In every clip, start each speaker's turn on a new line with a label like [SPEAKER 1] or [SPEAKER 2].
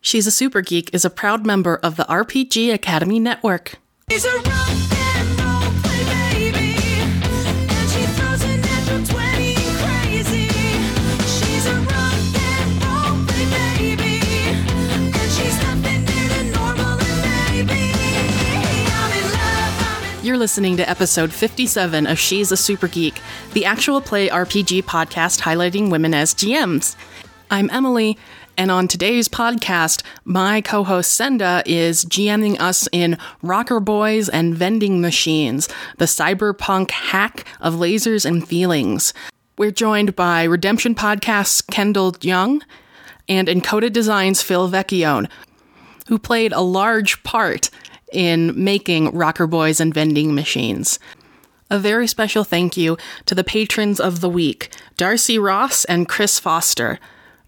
[SPEAKER 1] She's a Super Geek is a proud member of the RPG Academy Network.
[SPEAKER 2] She's a rock and roll play baby, and she throws a natural twenty crazy. She's a rock and roll play baby, and she's nothing new to normal and maybe. I'm in love. I'm in
[SPEAKER 1] You're listening to episode 57 of She's a Super Geek, the actual play RPG podcast highlighting women as GMs. I'm Emily, and on today's podcast, my co host Senda is GMing us in Rocker Boys and Vending Machines, the cyberpunk hack of lasers and feelings. We're joined by Redemption Podcast's Kendall Young and Encoded Designs' Phil Vecchione who played a large part in making Rocker Boys and Vending Machines. A very special thank you to the patrons of the week, Darcy Ross and Chris Foster.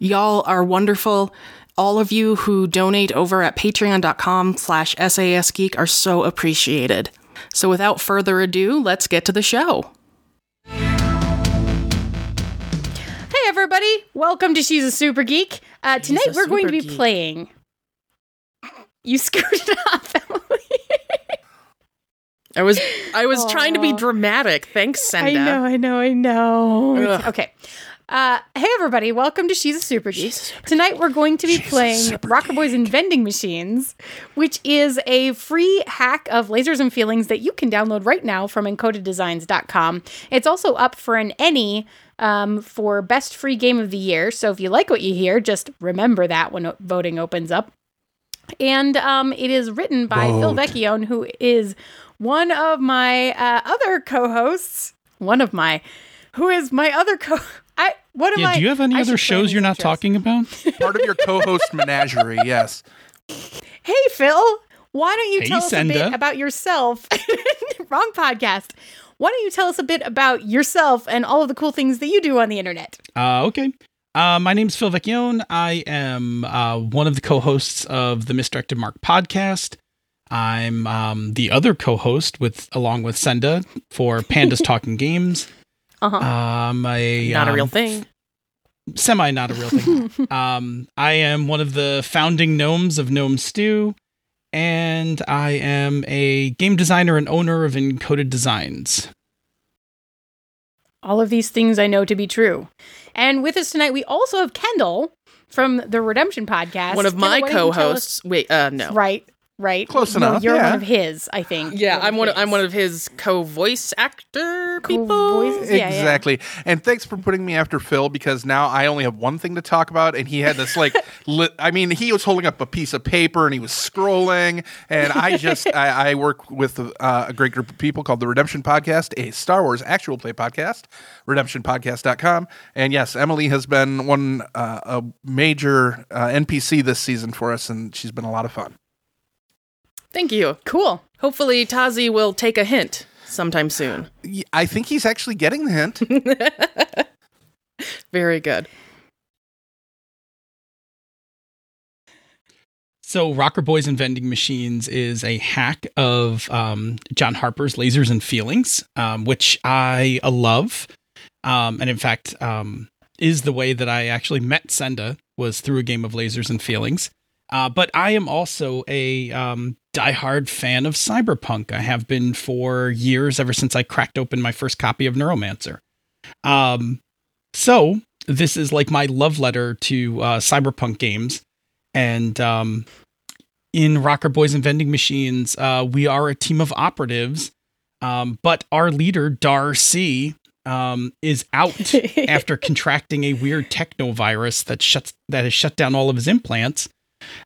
[SPEAKER 1] Y'all are wonderful. All of you who donate over at patreon.com slash sasgeek are so appreciated. So without further ado, let's get to the show.
[SPEAKER 3] Hey, everybody. Welcome to She's a Super Geek. Uh, tonight,
[SPEAKER 1] a
[SPEAKER 3] we're going to
[SPEAKER 1] super
[SPEAKER 3] be
[SPEAKER 1] geek.
[SPEAKER 3] playing. You screwed it up, Emily.
[SPEAKER 1] I was I was trying to be dramatic. Thanks, Senda.
[SPEAKER 3] I know, I know, I know.
[SPEAKER 1] Ugh.
[SPEAKER 3] Okay. Uh, hey, everybody. Welcome to She's a Super Geek. tonight, we're going to be playing Rocker Boys and Vending Machines, which is a free hack of lasers and feelings that you can download right now from encodeddesigns.com. It's also up for an any um, for best free game of the year. So if you like what you hear, just remember that when o- voting opens up. And um, it is written by Phil Vecchione, who is one of my uh, other co-hosts. One of my, who is my other co. I what am
[SPEAKER 4] Yeah,
[SPEAKER 3] I?
[SPEAKER 4] do you have any
[SPEAKER 3] I
[SPEAKER 4] other
[SPEAKER 3] should plan
[SPEAKER 4] shows you're
[SPEAKER 3] these
[SPEAKER 4] not
[SPEAKER 3] intros.
[SPEAKER 4] talking about?
[SPEAKER 5] part of your co-host menagerie. Yes,
[SPEAKER 3] Hey Phil, why don't you
[SPEAKER 4] Hey,
[SPEAKER 3] tell us a bit
[SPEAKER 4] Senda.
[SPEAKER 3] about yourself? Wrong podcast. Why don't you tell us a bit about yourself and all of the cool things that you do on the internet?
[SPEAKER 4] Uh, okay. Uh, my name's Phil Vecchione. I am uh, one of the co hosts of the Misdirected Mark podcast. I'm um, the other co host with along with Senda for Pandas Talking Games.
[SPEAKER 3] Uh-huh.
[SPEAKER 4] Um, a,
[SPEAKER 1] Not a
[SPEAKER 4] um,
[SPEAKER 1] real thing.
[SPEAKER 4] semi not a real thing. um, I am one of the founding gnomes of Gnome Stew, and I am a game designer and owner of Encoded Designs.
[SPEAKER 3] All of these things I know to be true. And with us tonight, we also have Kendall from the Redemption Podcast.
[SPEAKER 1] One of
[SPEAKER 3] Kendall,
[SPEAKER 1] my
[SPEAKER 3] why don't you tell us-
[SPEAKER 1] co-hosts. Wait, uh no.
[SPEAKER 3] Right, right.
[SPEAKER 5] Close
[SPEAKER 3] No,
[SPEAKER 5] enough,
[SPEAKER 3] You're
[SPEAKER 5] yeah.
[SPEAKER 3] one of his, I think.
[SPEAKER 1] Yeah, I'm one. Of,
[SPEAKER 3] his.
[SPEAKER 1] I'm one of his co-voice actor people.
[SPEAKER 3] voice- Yeah, yeah.
[SPEAKER 5] exactly. And thanks for putting me after Phil because now I only have one thing to talk about, and he had this like, li- I mean, he was holding up a piece of paper and he was scrolling, and I just, I, I work with uh, a great group of people called the Redemption Podcast, a Star Wars actual play podcast, redemptionpodcast.com, and yes, Emily has been one uh, a major uh, NPC this season for us, and she's been a lot of fun.
[SPEAKER 1] Thank you.
[SPEAKER 3] Cool.
[SPEAKER 1] Hopefully, Tazi will take a hint sometime soon.
[SPEAKER 5] Y- I think he's actually getting the hint.
[SPEAKER 1] Very good.
[SPEAKER 4] So, Rocker Boys and Vending Machines is a hack of um, John Harper's Lasers and Feelings, um, which I uh, love. Um, and in fact, um, is the way that I actually met Senda was through a game of Lasers and Feelings. Uh, but I am also a um, diehard fan of cyberpunk. I have been for years, ever since I cracked open my first copy of Neuromancer. Um, so this is like my love letter to uh, cyberpunk games, and um, in Rocker Boys and Vending Machines, uh, we are a team of operatives, um, but our leader Darcy um, is out after contracting a weird technovirus that shuts that has shut down all of his implants.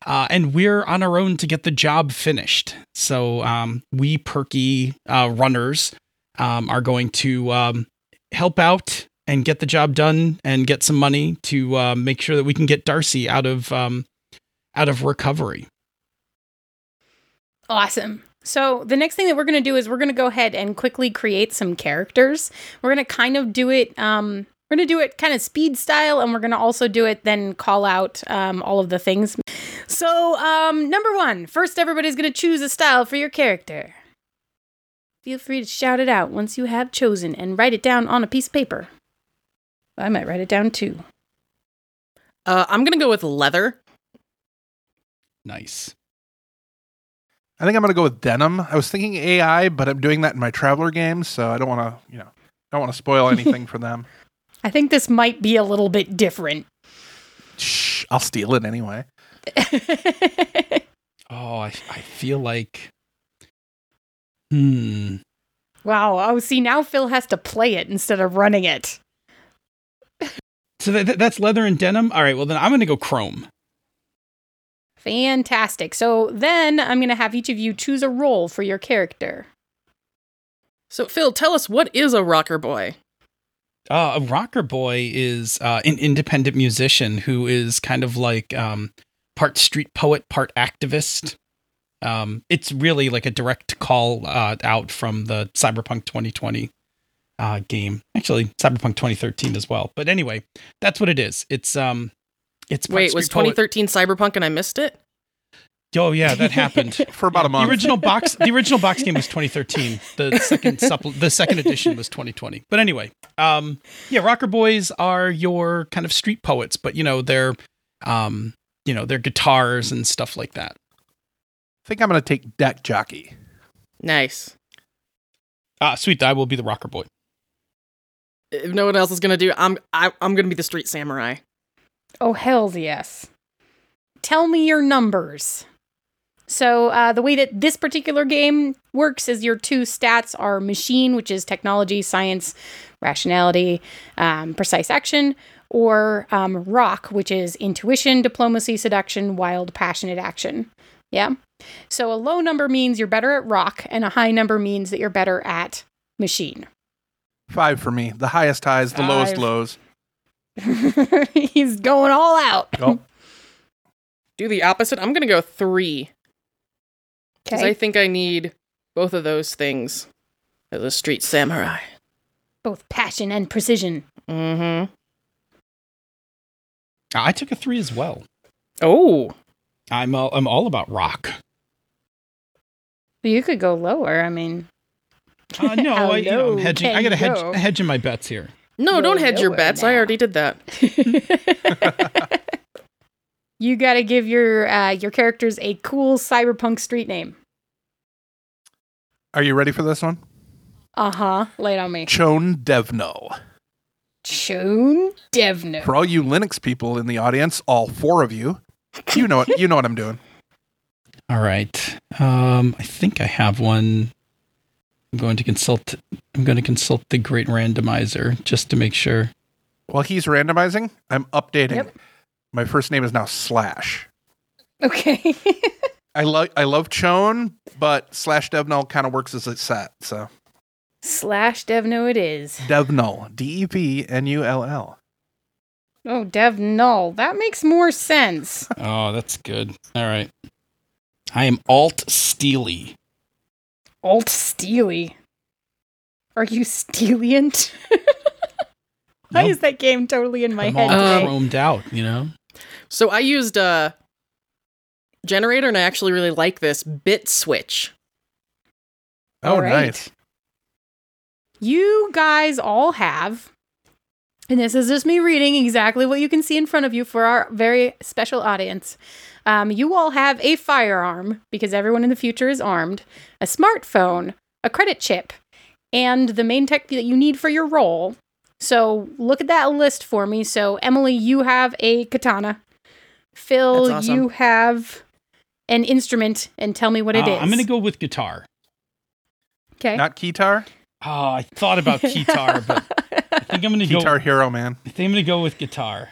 [SPEAKER 4] Uh, and we're on our own to get the job finished. So um, we perky uh, runners um, are going to um, help out and get the job done and get some money to uh, make sure that we can get Darcy out of um, out of recovery.
[SPEAKER 3] Awesome. So the next thing that we're going to do is we're going to go ahead and quickly create some characters. We're going to kind of do it. Um, we're going to do it kind of speed style, and we're going to also do it then call out um, all of the things. So um, number one, first everybody's going to choose a style for your character. Feel free to shout it out once you have chosen and write it down on a piece of paper. I might write it down too.
[SPEAKER 1] Uh, I'm gonna go with leather.
[SPEAKER 4] Nice.
[SPEAKER 5] I think I'm gonna go with denim. I was thinking AI, but I'm doing that in my traveler game, so I don't want to, you know, I don't want to spoil anything for them.
[SPEAKER 3] I think this might be a little bit different.
[SPEAKER 5] Shh, I'll steal it anyway.
[SPEAKER 4] Oh, I, I feel like. Hmm.
[SPEAKER 3] wow. Oh, see, now Phil has to play it instead of running it.
[SPEAKER 4] So that, that- that's leather and denim. All right. Well, then I'm going to go chrome.
[SPEAKER 3] Fantastic. So then I'm going to have each of you choose a role for your character.
[SPEAKER 1] So, Phil, tell us what is a rocker boy?
[SPEAKER 4] Uh, a rocker boy is uh, an independent musician who is kind of like um, part street poet, part activist. Um, it's really like a direct call uh, out from the Cyberpunk 2020 uh, game, actually Cyberpunk 2013 as well. But anyway, that's what it is. It's um, it's part
[SPEAKER 1] Wait, was
[SPEAKER 4] street poet-
[SPEAKER 1] 2013 Cyberpunk and I missed it?
[SPEAKER 4] Oh yeah, that happened.
[SPEAKER 5] For about a month.
[SPEAKER 4] The original box, the original box game was 2013. The second supple, the second edition was 2020. But anyway, um, yeah, rocker boys are your kind of street poets, but you know they're, um, you know they're guitars and stuff like that.
[SPEAKER 5] I think I'm gonna take deck jockey.
[SPEAKER 1] Nice.
[SPEAKER 4] Ah, sweet, I will be the rocker boy.
[SPEAKER 1] If no one else is gonna do, it, I'm I, I'm gonna be the street samurai.
[SPEAKER 3] Oh, hells yes. Tell me your numbers. So, uh, the way that this particular game works is your two stats are machine, which is technology, science, rationality, um, precise action, or um, rock, which is intuition, diplomacy, seduction, wild, passionate action. Yeah. So, a low number means you're better at rock, and a high number means that you're better at machine.
[SPEAKER 5] Five for me. The highest highs, the lowest
[SPEAKER 4] Five.
[SPEAKER 5] lows.
[SPEAKER 3] He's going all out.
[SPEAKER 5] Oh,
[SPEAKER 1] Do the opposite. I'm gonna go three because I
[SPEAKER 3] Okay.
[SPEAKER 1] think I need both of those things as a street samurai.
[SPEAKER 3] Both passion and precision.
[SPEAKER 1] Mm-hmm.
[SPEAKER 4] Ah, I took a three as well.
[SPEAKER 1] Oh,
[SPEAKER 4] I'm all, I'm all about rock.
[SPEAKER 3] You could go lower. I mean,
[SPEAKER 4] Uh, no,
[SPEAKER 3] How
[SPEAKER 4] I, you know,
[SPEAKER 3] low
[SPEAKER 4] I'm hedging. I
[SPEAKER 3] can
[SPEAKER 4] got to
[SPEAKER 3] you
[SPEAKER 4] hedge,
[SPEAKER 3] go?
[SPEAKER 4] hedging my bets here.
[SPEAKER 1] no!
[SPEAKER 3] Go
[SPEAKER 1] Don't hedge your
[SPEAKER 3] nowhere
[SPEAKER 1] bets. I
[SPEAKER 3] now.
[SPEAKER 1] already did that.
[SPEAKER 3] you got to give your uh, your characters a cool cyberpunk street name.
[SPEAKER 5] Are you ready for this one?
[SPEAKER 3] Uh huh. Lay it on me.
[SPEAKER 5] Chone Devno.
[SPEAKER 3] Joan Devno.
[SPEAKER 5] For all you Linux people in the audience, all four of you, you know it. You know what I'm doing.
[SPEAKER 4] All right. Um, I think I have one. I'm going to consult. I'm going to consult the great randomizer just to make sure.
[SPEAKER 5] While he's randomizing, I'm updating.
[SPEAKER 3] Yep.
[SPEAKER 5] My first name is now Slash.
[SPEAKER 3] Okay.
[SPEAKER 5] I love I love Chone, but slash DevNull kind of works as a set. So
[SPEAKER 3] Slash Devno it is.
[SPEAKER 5] DevNull, D E V N U L L.
[SPEAKER 3] Oh, Devnull. That makes more sense.
[SPEAKER 4] Oh, that's good. All right. I am alt steely.
[SPEAKER 3] Alt Steely. Are you Steeliant? Why
[SPEAKER 4] Nope.
[SPEAKER 3] is that game totally in my
[SPEAKER 4] I'm all
[SPEAKER 3] head today?
[SPEAKER 4] chromed out, you know?
[SPEAKER 1] So I used a generator, and I actually really like this bit switch.
[SPEAKER 5] Oh,
[SPEAKER 3] All right.
[SPEAKER 5] nice.
[SPEAKER 3] you guys all have and this is just me reading exactly what you can see in front of you for our very special audience um, you all have a firearm because everyone in the future is armed a smartphone a credit chip and the main tech that you need for your role so look at that list for me so emily you have a katana phil
[SPEAKER 1] That's awesome.
[SPEAKER 3] you have an instrument and tell me what it
[SPEAKER 4] Uh,
[SPEAKER 3] is.
[SPEAKER 4] I'm going to go with guitar.
[SPEAKER 3] okay
[SPEAKER 5] Not Keytar.
[SPEAKER 4] Oh, I thought about guitar, but I think I'm going to go
[SPEAKER 5] Keytar hero man.
[SPEAKER 4] I think I'm going to go with guitar.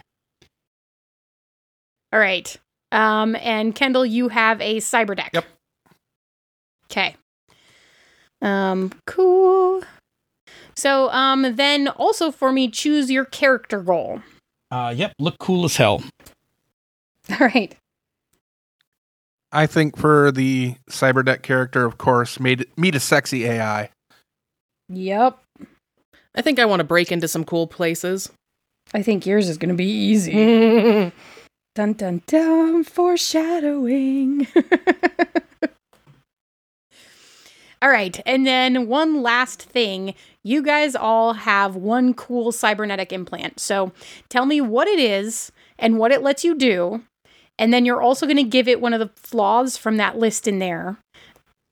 [SPEAKER 3] All right. Um, and Kendall, you have a cyber deck.
[SPEAKER 5] Yep.
[SPEAKER 3] Okay. Um, cool. So, um, then also for me, choose your character role.
[SPEAKER 4] Uh, yep, look cool as hell.
[SPEAKER 3] All right.
[SPEAKER 5] I think for the cyberdeck character, of course, made meet a sexy AI.
[SPEAKER 3] Yep.
[SPEAKER 1] I think I want to break into some cool places.
[SPEAKER 3] I think yours is going to be easy.
[SPEAKER 1] That's
[SPEAKER 3] Dun dun dun, foreshadowing. all right. And then one last thing. You guys all have one cool cybernetic implant. So tell me what it is and what it lets you do. And then you're also going to give it one of the flaws from that list in there.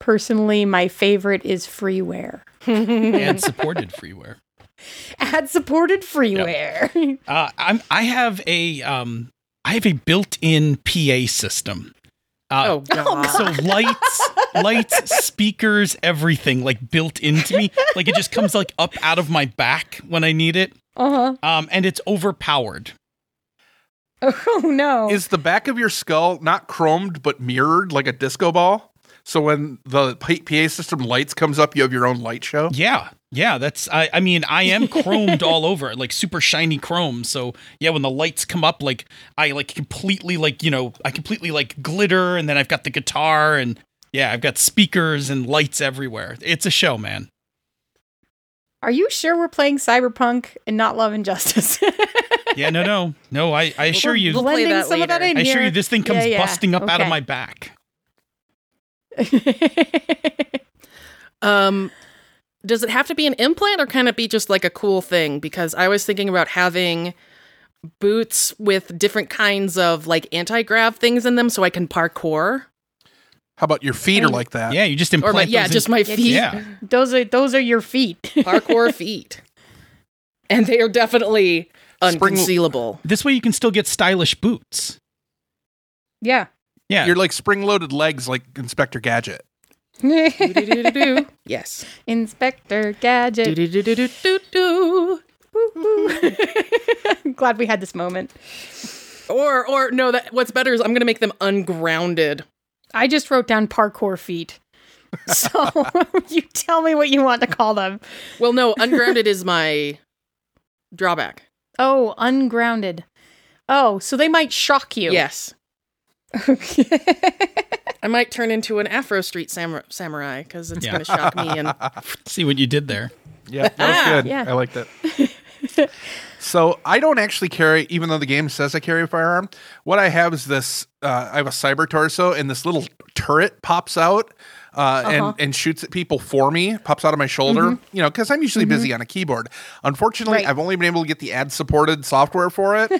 [SPEAKER 3] Personally, my favorite is freeware.
[SPEAKER 4] and supported freeware.
[SPEAKER 3] Ad supported freeware.
[SPEAKER 4] Uh, I'm, I have a um, I have a built-in PA system. Uh,
[SPEAKER 1] Oh, God.
[SPEAKER 4] So lights, lights, speakers, everything like built into me. Like it just comes like up out of my back when I need it.
[SPEAKER 3] Uh
[SPEAKER 4] Um, and it's overpowered.
[SPEAKER 3] huh. Oh no.
[SPEAKER 5] Is the back of your skull not chromed but mirrored like a disco ball? So when the P- PA system lights comes up, you have your own light show.
[SPEAKER 4] Yeah, yeah. That's I. I mean, I am chromed all over, like super shiny chrome. So yeah, when the lights come up, like I like completely like you know I completely like glitter, and then I've got the guitar, and yeah, I've got speakers and lights everywhere. It's a show, man.
[SPEAKER 3] Are you sure we're playing Cyberpunk and not Love and Justice?
[SPEAKER 4] Yeah, no, no, no. I I assure you,
[SPEAKER 1] We'll play
[SPEAKER 3] Blending
[SPEAKER 1] that
[SPEAKER 3] some of that
[SPEAKER 1] later.
[SPEAKER 3] in
[SPEAKER 4] I
[SPEAKER 3] here.
[SPEAKER 4] assure you, this thing comes
[SPEAKER 3] Yeah, yeah.
[SPEAKER 4] busting up out of
[SPEAKER 3] Okay.
[SPEAKER 4] my back.
[SPEAKER 1] Um, does it have to be an implant or can it be just like a cool thing? Because I was thinking about having boots with different kinds of like anti grav things in them so I can parkour.
[SPEAKER 5] How about your feet
[SPEAKER 3] Oh,
[SPEAKER 5] are like that?
[SPEAKER 4] Yeah, you just
[SPEAKER 1] Or
[SPEAKER 4] implant.
[SPEAKER 1] my, yeah,
[SPEAKER 4] those in-
[SPEAKER 1] just my feet.
[SPEAKER 4] Yeah,
[SPEAKER 3] those are those are your feet.
[SPEAKER 1] Parkour feet. And they are definitely
[SPEAKER 5] Spring-
[SPEAKER 1] unconcealable.
[SPEAKER 4] this way you can still get stylish boots.
[SPEAKER 3] yeah.
[SPEAKER 4] Yeah,
[SPEAKER 5] You're like spring-loaded legs, like Inspector Gadget.
[SPEAKER 1] Do-do-do-do-do. yes.
[SPEAKER 3] Inspector Gadget.
[SPEAKER 1] Do-do-do-do-do-do.
[SPEAKER 3] I'm glad we had this moment.
[SPEAKER 1] Or or no, that what's better is I'm gonna make them ungrounded.
[SPEAKER 3] I just wrote down parkour feet. So you tell me what you want to call them.
[SPEAKER 1] Well, no, ungrounded is my drawback.
[SPEAKER 3] Oh, ungrounded. Oh, so they might shock you.
[SPEAKER 1] Yes.
[SPEAKER 3] Okay.
[SPEAKER 1] I might turn into an Afro Street samu- samurai because it's
[SPEAKER 4] Yeah.
[SPEAKER 1] going to shock me. And
[SPEAKER 4] see what you did there.
[SPEAKER 5] Yeah, that was good.
[SPEAKER 3] Ah, yeah.
[SPEAKER 5] I liked it. so I don't actually carry, even though the game says I carry a firearm. What I have is this: uh, I have a cyber torso, and this little turret pops out uh,
[SPEAKER 3] Uh-huh.
[SPEAKER 5] and and shoots at people for me. Pops out of my shoulder, you know, because I'm usually busy on a keyboard. Unfortunately,
[SPEAKER 3] Mm-hmm. Right.
[SPEAKER 5] I've only been able to get the ad-supported software for it,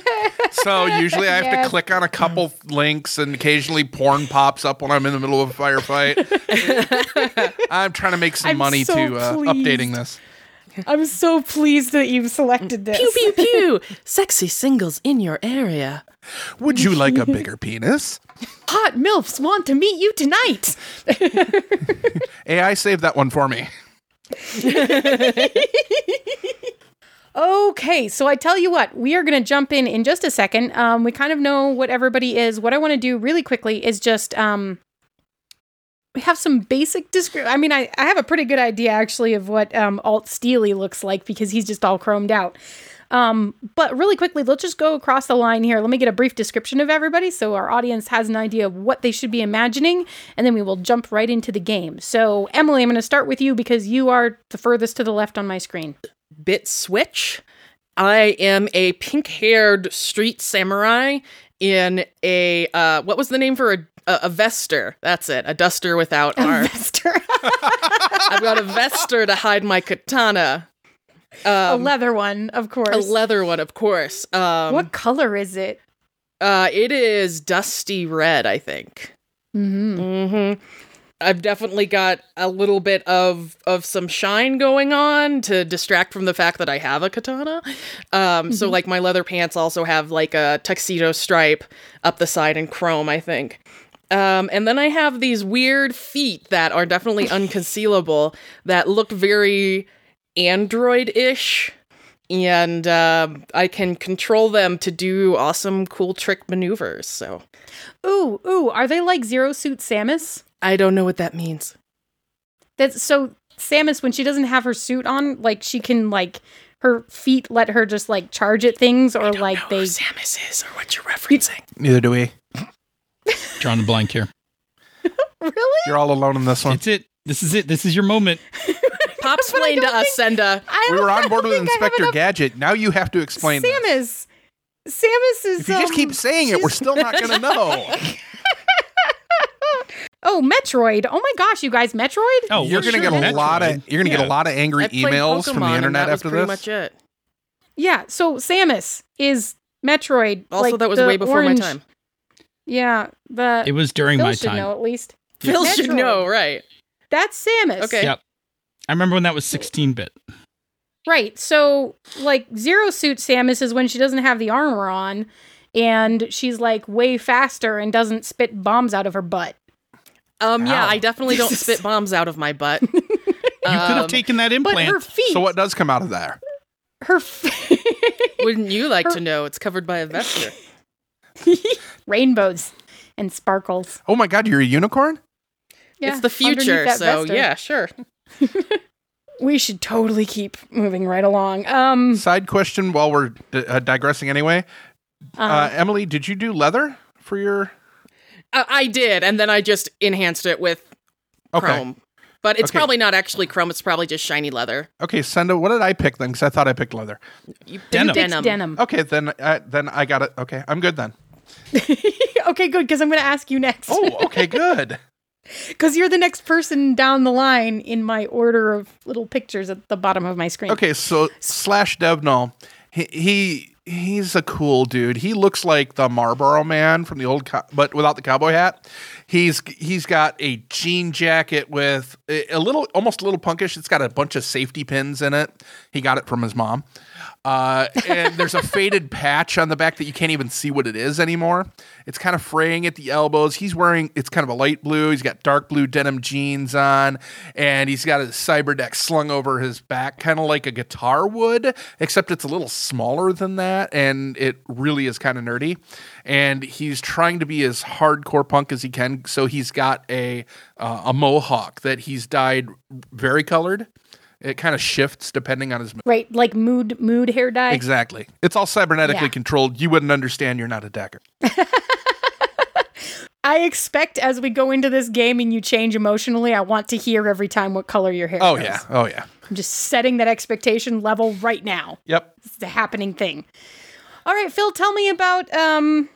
[SPEAKER 5] so usually I have
[SPEAKER 3] Yes.
[SPEAKER 5] to click on a couple links, and occasionally porn pops up when I'm in the middle of a firefight. I'm trying to make some
[SPEAKER 3] I'm
[SPEAKER 5] money
[SPEAKER 3] so
[SPEAKER 5] to uh, updating
[SPEAKER 3] pleased.
[SPEAKER 5] this.
[SPEAKER 3] I'm so pleased that you've selected this.
[SPEAKER 1] pew pew pew, sexy singles in your area.
[SPEAKER 5] Would you like a bigger penis?
[SPEAKER 3] Hot MILFs want to meet you tonight.
[SPEAKER 5] AI saved that one for me.
[SPEAKER 3] Okay, so I tell you what, we are going to jump in in just a second. Um, we kind of know what everybody is. What I want to do really quickly is just um, we have some basic description. I mean, I, I have a pretty good idea actually of what um, Alt Steely looks like because he's just all chromed out. Um, but really quickly, let's just go across the line here. Let me get a brief description of everybody so our audience has an idea of what they should be imagining, and then we will jump right into the game. So, Emily, I'm going to start with you because you are the furthest to the left on my screen.
[SPEAKER 1] Bit switch. I am a pink-haired street samurai in a uh, what was the name for a a, a vester? That's it, a duster without arm.
[SPEAKER 3] Vester.
[SPEAKER 1] I've got a vester to hide my katana.
[SPEAKER 3] a
[SPEAKER 1] Um,
[SPEAKER 3] leather one, of course.
[SPEAKER 1] a leather one, of course. Um,
[SPEAKER 3] what color is it?
[SPEAKER 1] Uh, it is dusty red, I think.
[SPEAKER 3] Mm-hmm.
[SPEAKER 1] hmm I've definitely got a little bit of of some shine going on to distract from the fact that I have a katana. Um, So like my leather pants also have like a tuxedo stripe up the side in chrome, I think. Um, and then I have these weird feet that are definitely unconcealable that look very android ish. And um I can control them to do awesome, cool trick maneuvers. So
[SPEAKER 3] Ooh, ooh, are they like Zero Suit Samus?
[SPEAKER 1] I don't know what that means.
[SPEAKER 3] That's so Samus when she doesn't have her suit on, like she can like her feet let her just like charge at things or like
[SPEAKER 1] who
[SPEAKER 3] they
[SPEAKER 1] Samus is or what you're referencing.
[SPEAKER 5] Neither do we.
[SPEAKER 4] Drawing the blank here.
[SPEAKER 3] really?
[SPEAKER 5] You're all alone in this one.
[SPEAKER 4] It's it. This is it. This is your moment.
[SPEAKER 1] Pop explain to us, Senda.
[SPEAKER 3] I
[SPEAKER 5] We
[SPEAKER 3] don't-
[SPEAKER 5] were
[SPEAKER 3] I
[SPEAKER 5] on board
[SPEAKER 3] don't
[SPEAKER 5] with
[SPEAKER 3] think I have
[SPEAKER 5] Inspector
[SPEAKER 3] enough-
[SPEAKER 5] Gadget. Now you have to explain. this.
[SPEAKER 3] Samus. Samus is
[SPEAKER 5] If you just
[SPEAKER 3] um,
[SPEAKER 5] keep saying it, we're
[SPEAKER 3] she's-
[SPEAKER 5] still not going to know.
[SPEAKER 3] Oh, Metroid. Oh my gosh, you guys, Metroid?
[SPEAKER 4] Oh,
[SPEAKER 5] you're
[SPEAKER 4] we're
[SPEAKER 5] going to
[SPEAKER 4] sure
[SPEAKER 5] get a
[SPEAKER 4] Metroid.
[SPEAKER 5] lot of you're going to
[SPEAKER 4] Yeah.
[SPEAKER 5] get a lot of angry
[SPEAKER 1] I played
[SPEAKER 5] emails from
[SPEAKER 1] Pokemon,
[SPEAKER 5] the
[SPEAKER 1] and
[SPEAKER 5] internet
[SPEAKER 1] that was
[SPEAKER 5] after
[SPEAKER 1] pretty
[SPEAKER 5] this.
[SPEAKER 1] much it.
[SPEAKER 3] Yeah, so Samus is Metroid.
[SPEAKER 1] Also,
[SPEAKER 3] like
[SPEAKER 1] that was
[SPEAKER 3] the
[SPEAKER 1] way before
[SPEAKER 3] orange-
[SPEAKER 1] my time.
[SPEAKER 3] Yeah, the
[SPEAKER 4] It was during
[SPEAKER 3] Phil
[SPEAKER 4] my
[SPEAKER 3] should
[SPEAKER 4] time.
[SPEAKER 3] know at least.
[SPEAKER 1] Phil should
[SPEAKER 3] Metroid.
[SPEAKER 1] know, right?
[SPEAKER 3] That's Samus.
[SPEAKER 1] Okay.
[SPEAKER 4] Yep. I remember when that was 16 bit.
[SPEAKER 3] Right. So, like, Zero Suit Samus is when she doesn't have the armor on and she's like way faster and doesn't spit bombs out of her butt.
[SPEAKER 1] Um, yeah,
[SPEAKER 5] Ow.
[SPEAKER 1] I definitely don't spit bombs out of my butt. Um, You
[SPEAKER 4] You could have taken that
[SPEAKER 3] Um, But
[SPEAKER 4] implant.
[SPEAKER 3] her feet.
[SPEAKER 5] So what does come out of there?
[SPEAKER 3] Her feet.
[SPEAKER 1] Wouldn't you like
[SPEAKER 3] Her-
[SPEAKER 1] to know? It's covered by a vesture.
[SPEAKER 3] Rainbows and sparkles.
[SPEAKER 5] Oh my god, you're a unicorn?
[SPEAKER 3] Yeah,
[SPEAKER 1] it's the
[SPEAKER 3] underneath
[SPEAKER 1] future,
[SPEAKER 3] that
[SPEAKER 1] so
[SPEAKER 3] vesture.
[SPEAKER 1] yeah, sure.
[SPEAKER 3] We should totally keep moving right along. Um,
[SPEAKER 5] Side question while we're di- uh, digressing anyway. Uh,
[SPEAKER 3] uh,
[SPEAKER 5] Emily, did you do leather for your
[SPEAKER 1] I, I did, and then I just enhanced it with
[SPEAKER 5] Okay.
[SPEAKER 1] chrome. But it's
[SPEAKER 5] Okay.
[SPEAKER 1] probably not actually chrome. It's probably just shiny leather.
[SPEAKER 5] Okay, Senda, what did I pick then? Because I thought I picked leather.
[SPEAKER 1] You,
[SPEAKER 4] Denim.
[SPEAKER 3] it's denim.
[SPEAKER 5] Okay, then uh, then I got it. Okay, I'm good then.
[SPEAKER 3] okay, good, because I'm going to ask you next.
[SPEAKER 5] Oh, okay, good.
[SPEAKER 3] Because you're the next person down the line in my order of little pictures at the bottom of my screen.
[SPEAKER 5] Okay, so slash Devnall, he, he he's a cool dude. He looks like the Marlboro Man from the old, co- but without the cowboy hat. He's he's got a jean jacket with a, a little, almost a little punkish. It's got a bunch of safety pins in it. He got it from his mom. Uh, and there's a faded patch on the back that you can't even see what it is anymore. It's kind of fraying at the elbows. He's wearing it's kind of a light blue. He's got dark blue denim jeans on, and he's got his cyber deck slung over his back, kind of like a guitar would, except it's a little smaller than that, and it really is kind of nerdy. And he's trying to be as hardcore punk as he can, so he's got a uh, a mohawk that he's dyed very colored. It kind of shifts depending on his mood.
[SPEAKER 3] Right, like mood mood hair dye.
[SPEAKER 5] Exactly. It's all cybernetically
[SPEAKER 3] Yeah.
[SPEAKER 5] controlled. You wouldn't understand. You're not a Decker.
[SPEAKER 3] I expect as we go into this game and you change emotionally, I want to hear every time what color your hair
[SPEAKER 5] Oh
[SPEAKER 3] goes.
[SPEAKER 5] yeah. Oh yeah.
[SPEAKER 3] I'm just setting that expectation level right now.
[SPEAKER 5] Yep.
[SPEAKER 3] It's a happening thing. All right, Phil, tell me about um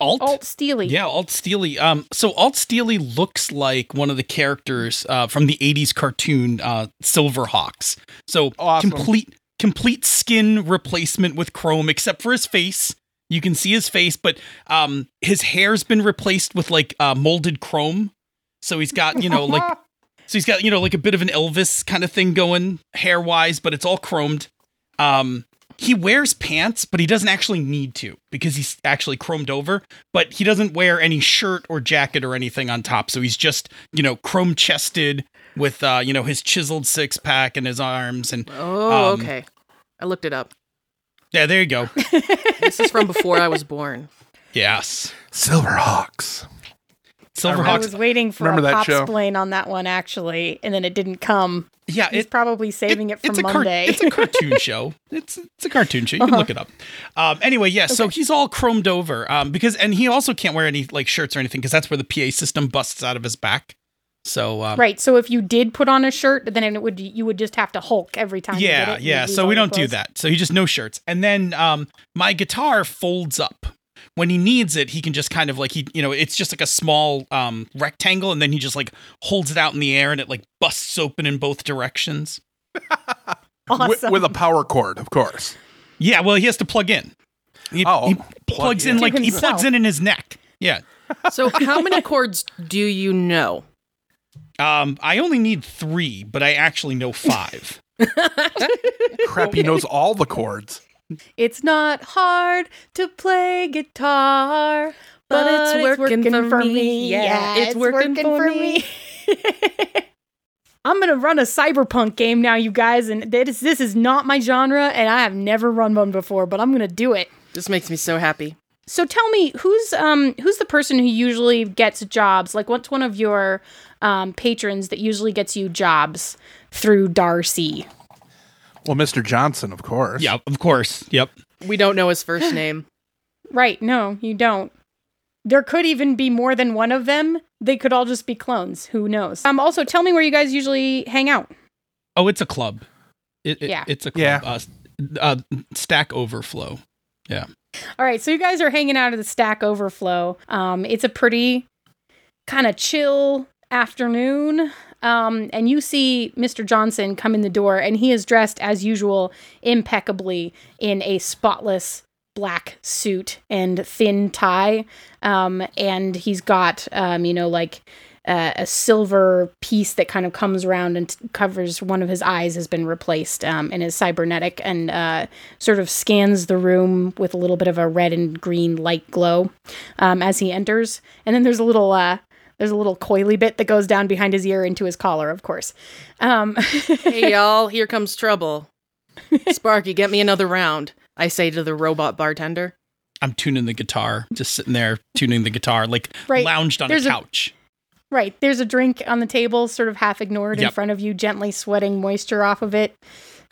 [SPEAKER 4] Alt?
[SPEAKER 3] Alt Steely.
[SPEAKER 4] Yeah, Alt Steely. Um, so Alt Steely looks like one of the characters uh, from the '80s cartoon uh, Silverhawks. So
[SPEAKER 5] Awesome.
[SPEAKER 4] complete complete skin replacement with chrome, except for his face. You can see his face, but um, his hair's been replaced with like uh, molded chrome. So he's got you know like so he's got you know like a bit of an Elvis kind of thing going hair wise, but it's all chromed. Um, he wears pants, but he doesn't actually need to because he's actually chromed over. But he doesn't wear any shirt or jacket or anything on top, so he's just you know chrome chested with uh, you know his chiseled six pack and his arms and
[SPEAKER 1] Oh,
[SPEAKER 4] Um,
[SPEAKER 1] okay. I looked it up.
[SPEAKER 4] yeah, there you go.
[SPEAKER 1] This is from before I was born.
[SPEAKER 4] yes,
[SPEAKER 5] Silverhawks.
[SPEAKER 3] I
[SPEAKER 4] Silverhawks.
[SPEAKER 3] was waiting for
[SPEAKER 5] Remember
[SPEAKER 3] a
[SPEAKER 5] that
[SPEAKER 3] pop
[SPEAKER 5] show?
[SPEAKER 3] splain on that one actually, and then it didn't come.
[SPEAKER 4] Yeah,
[SPEAKER 3] He's
[SPEAKER 4] it-
[SPEAKER 3] probably saving it, for
[SPEAKER 4] it's a car-
[SPEAKER 3] Monday. Uh-huh.
[SPEAKER 4] it's a cartoon show. It's it's a cartoon show. You can look it up. Um, anyway, yeah. So he's all chromed over um, because, and he also can't wear any like shirts or anything because that's where the PA system busts out of his back. So um,
[SPEAKER 3] right, so if you did put on a shirt, then it would you would just have to Hulk every time. you did it,
[SPEAKER 4] yeah,
[SPEAKER 3] and you'd
[SPEAKER 4] yeah.
[SPEAKER 3] lose
[SPEAKER 4] So
[SPEAKER 3] all
[SPEAKER 4] we
[SPEAKER 3] your
[SPEAKER 4] don't do
[SPEAKER 3] clothes.
[SPEAKER 4] that. So he just no shirts, and then um, my guitar folds up. When he needs it, he can just kind of like he, you know, it's just like a small um, rectangle, and then he just like holds it out in the air, and it like busts open in both directions.
[SPEAKER 5] Wi-
[SPEAKER 3] Awesome.
[SPEAKER 5] with a power cord, of course.
[SPEAKER 4] Yeah, well, he has to plug in. He,
[SPEAKER 5] Oh,
[SPEAKER 4] he
[SPEAKER 5] plug
[SPEAKER 4] plugs
[SPEAKER 5] in.
[SPEAKER 4] in
[SPEAKER 5] To
[SPEAKER 4] like he
[SPEAKER 3] himself.
[SPEAKER 4] plugs in in his neck. Yeah.
[SPEAKER 1] So, how many chords do you know?
[SPEAKER 4] Um, I only need three, but I actually know five.
[SPEAKER 5] Crap, he knows all the chords.
[SPEAKER 3] It's not hard to play guitar, but, it's working, for, me. Yeah, it's, working, for me. I'm gonna run a cyberpunk game now, you guys, and this this is not my genre, and I have never run one before, but I'm gonna do it.
[SPEAKER 1] This makes me so happy.
[SPEAKER 3] So tell me, who's um who's the person who usually gets jobs? Like, what's one of your um, patrons that usually gets you jobs through Darcy?
[SPEAKER 5] Well, Mr. Johnson, of course.
[SPEAKER 4] yeah, of course. Yep.
[SPEAKER 1] We don't know his first name.
[SPEAKER 3] Right. No, you don't. There could even be more than one of them. They could all just be clones. Who knows? Um. Also, tell me where you guys usually hang out.
[SPEAKER 4] Oh, it's a club. It, it-
[SPEAKER 3] Yeah.
[SPEAKER 4] It's a
[SPEAKER 5] Yeah.
[SPEAKER 4] club. Uh, s- uh, Stack Overflow.
[SPEAKER 3] All right. So you guys are hanging out at the Stack Overflow. Um. It's a pretty kind of chill afternoon. Um. And you see Mr. Johnson come in the door, and he is dressed as usual, impeccably in a spotless black suit and thin tie. Um, and he's got, um, you know, like uh, a silver piece that kind of comes around and t- covers one of his eyes has been replaced um, and is cybernetic and uh, sort of scans the room with a little bit of a red and green light glow um, as he enters. And then there's a little. Uh, there's a little coily bit that goes down behind his ear into his collar, of course. Um,
[SPEAKER 1] hey y'all, here comes trouble. Sparky, get me another round. I say to the robot bartender.
[SPEAKER 4] I'm tuning the guitar, just sitting there tuning the guitar, like
[SPEAKER 3] Right.
[SPEAKER 4] lounged on
[SPEAKER 3] There's
[SPEAKER 4] a
[SPEAKER 3] a-
[SPEAKER 4] couch.
[SPEAKER 3] Right. There's a drink on the table, sort of half ignored in
[SPEAKER 4] Yep.
[SPEAKER 3] front of you, gently sweating moisture off of it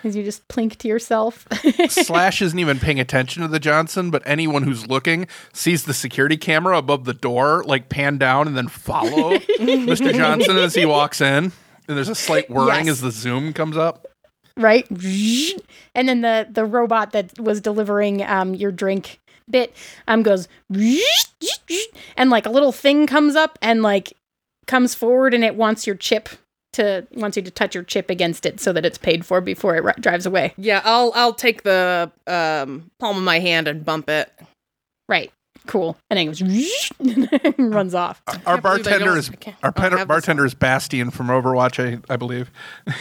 [SPEAKER 3] as you just plink to yourself.
[SPEAKER 5] Slash isn't even paying attention to the Johnson, but anyone who's looking sees the security camera above the door, like pan down and then follow Mr. Johnson as he walks in. And there's a slight whirring
[SPEAKER 3] Yes.
[SPEAKER 5] as the zoom comes up.
[SPEAKER 3] right? And then the, the robot that was delivering um, your drink bit um, goes, and like a little thing comes up and like comes forward and it wants your chip to, wants you to touch your chip against it so that it's paid for before it ri- drives away.
[SPEAKER 1] Yeah, I'll I'll take the um, palm of my hand and bump it.
[SPEAKER 3] Right. Cool. And then it goes, and runs off.
[SPEAKER 5] Our
[SPEAKER 1] can't believe I
[SPEAKER 5] bartender
[SPEAKER 1] don't-
[SPEAKER 5] is
[SPEAKER 1] I can't-
[SPEAKER 5] our
[SPEAKER 1] oh, I don't
[SPEAKER 5] pen-
[SPEAKER 1] have this
[SPEAKER 5] bartender is Bastion from Overwatch, I, I believe.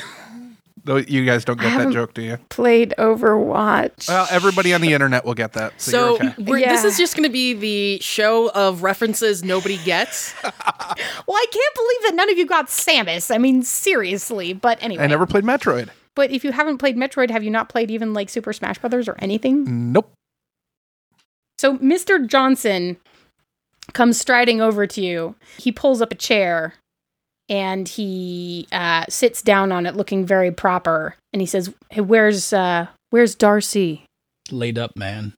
[SPEAKER 5] Though you guys don't get that
[SPEAKER 3] haven't-
[SPEAKER 5] joke, do you?
[SPEAKER 3] Played Overwatch.
[SPEAKER 5] Well, everybody on the internet will get that. So,
[SPEAKER 1] So
[SPEAKER 5] you're okay.
[SPEAKER 1] we're, this
[SPEAKER 3] Yeah.
[SPEAKER 1] is just going to be the show of references nobody gets.
[SPEAKER 3] Well, I can't believe that none of you got Samus. I mean, seriously. But anyway,
[SPEAKER 5] I never played Metroid.
[SPEAKER 3] but if you haven't played Metroid, have you not played even like Super Smash Brothers or anything?
[SPEAKER 5] Nope.
[SPEAKER 3] So Mr. Johnson comes striding over to you. He pulls up a chair and he uh, sits down on it, looking very proper. And he says, "Hey, where's uh, where's Darcy?
[SPEAKER 4] Laid up, man.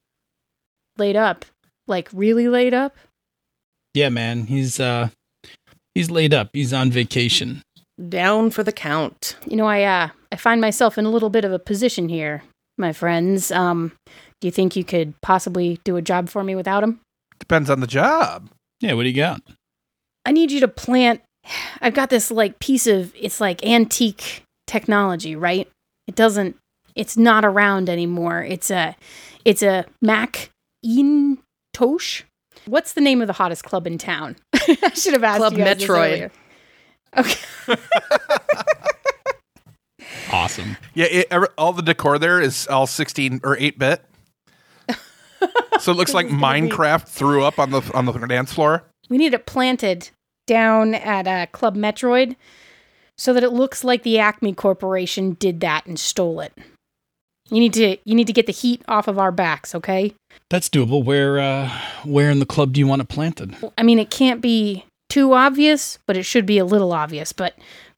[SPEAKER 3] Laid up, like really laid up?
[SPEAKER 4] Yeah, man. He's uh he's laid up. He's on vacation.
[SPEAKER 1] Down for the count.
[SPEAKER 3] You know, I uh, I find myself in a little bit of a position here, my friends. Um, do you think you could possibly do a job for me without him?
[SPEAKER 5] Depends on the job.
[SPEAKER 4] Yeah, what do you got?
[SPEAKER 3] I need you to plant. I've got this like piece of it's like antique technology, right? It doesn't. It's not around anymore. It's a, it's a Mac Intosh. What's the name of the hottest club in town? I should have asked
[SPEAKER 1] Club
[SPEAKER 3] you guys this
[SPEAKER 1] Metroid.
[SPEAKER 3] earlier. Okay.
[SPEAKER 4] Awesome.
[SPEAKER 5] Yeah, it, every, all the decor there is all 16 or 8 bit. so it looks like Minecraft threw up on the on the dance floor.
[SPEAKER 3] We need it planted down at uh, Club Metroid so that it looks like the Acme Corporation did that and stole it. You need to you need to get the heat off of our backs, okay?
[SPEAKER 4] That's doable. Where uh where in the club do you want it planted?
[SPEAKER 3] I mean, it can't be too obvious, but it should be a little obvious, but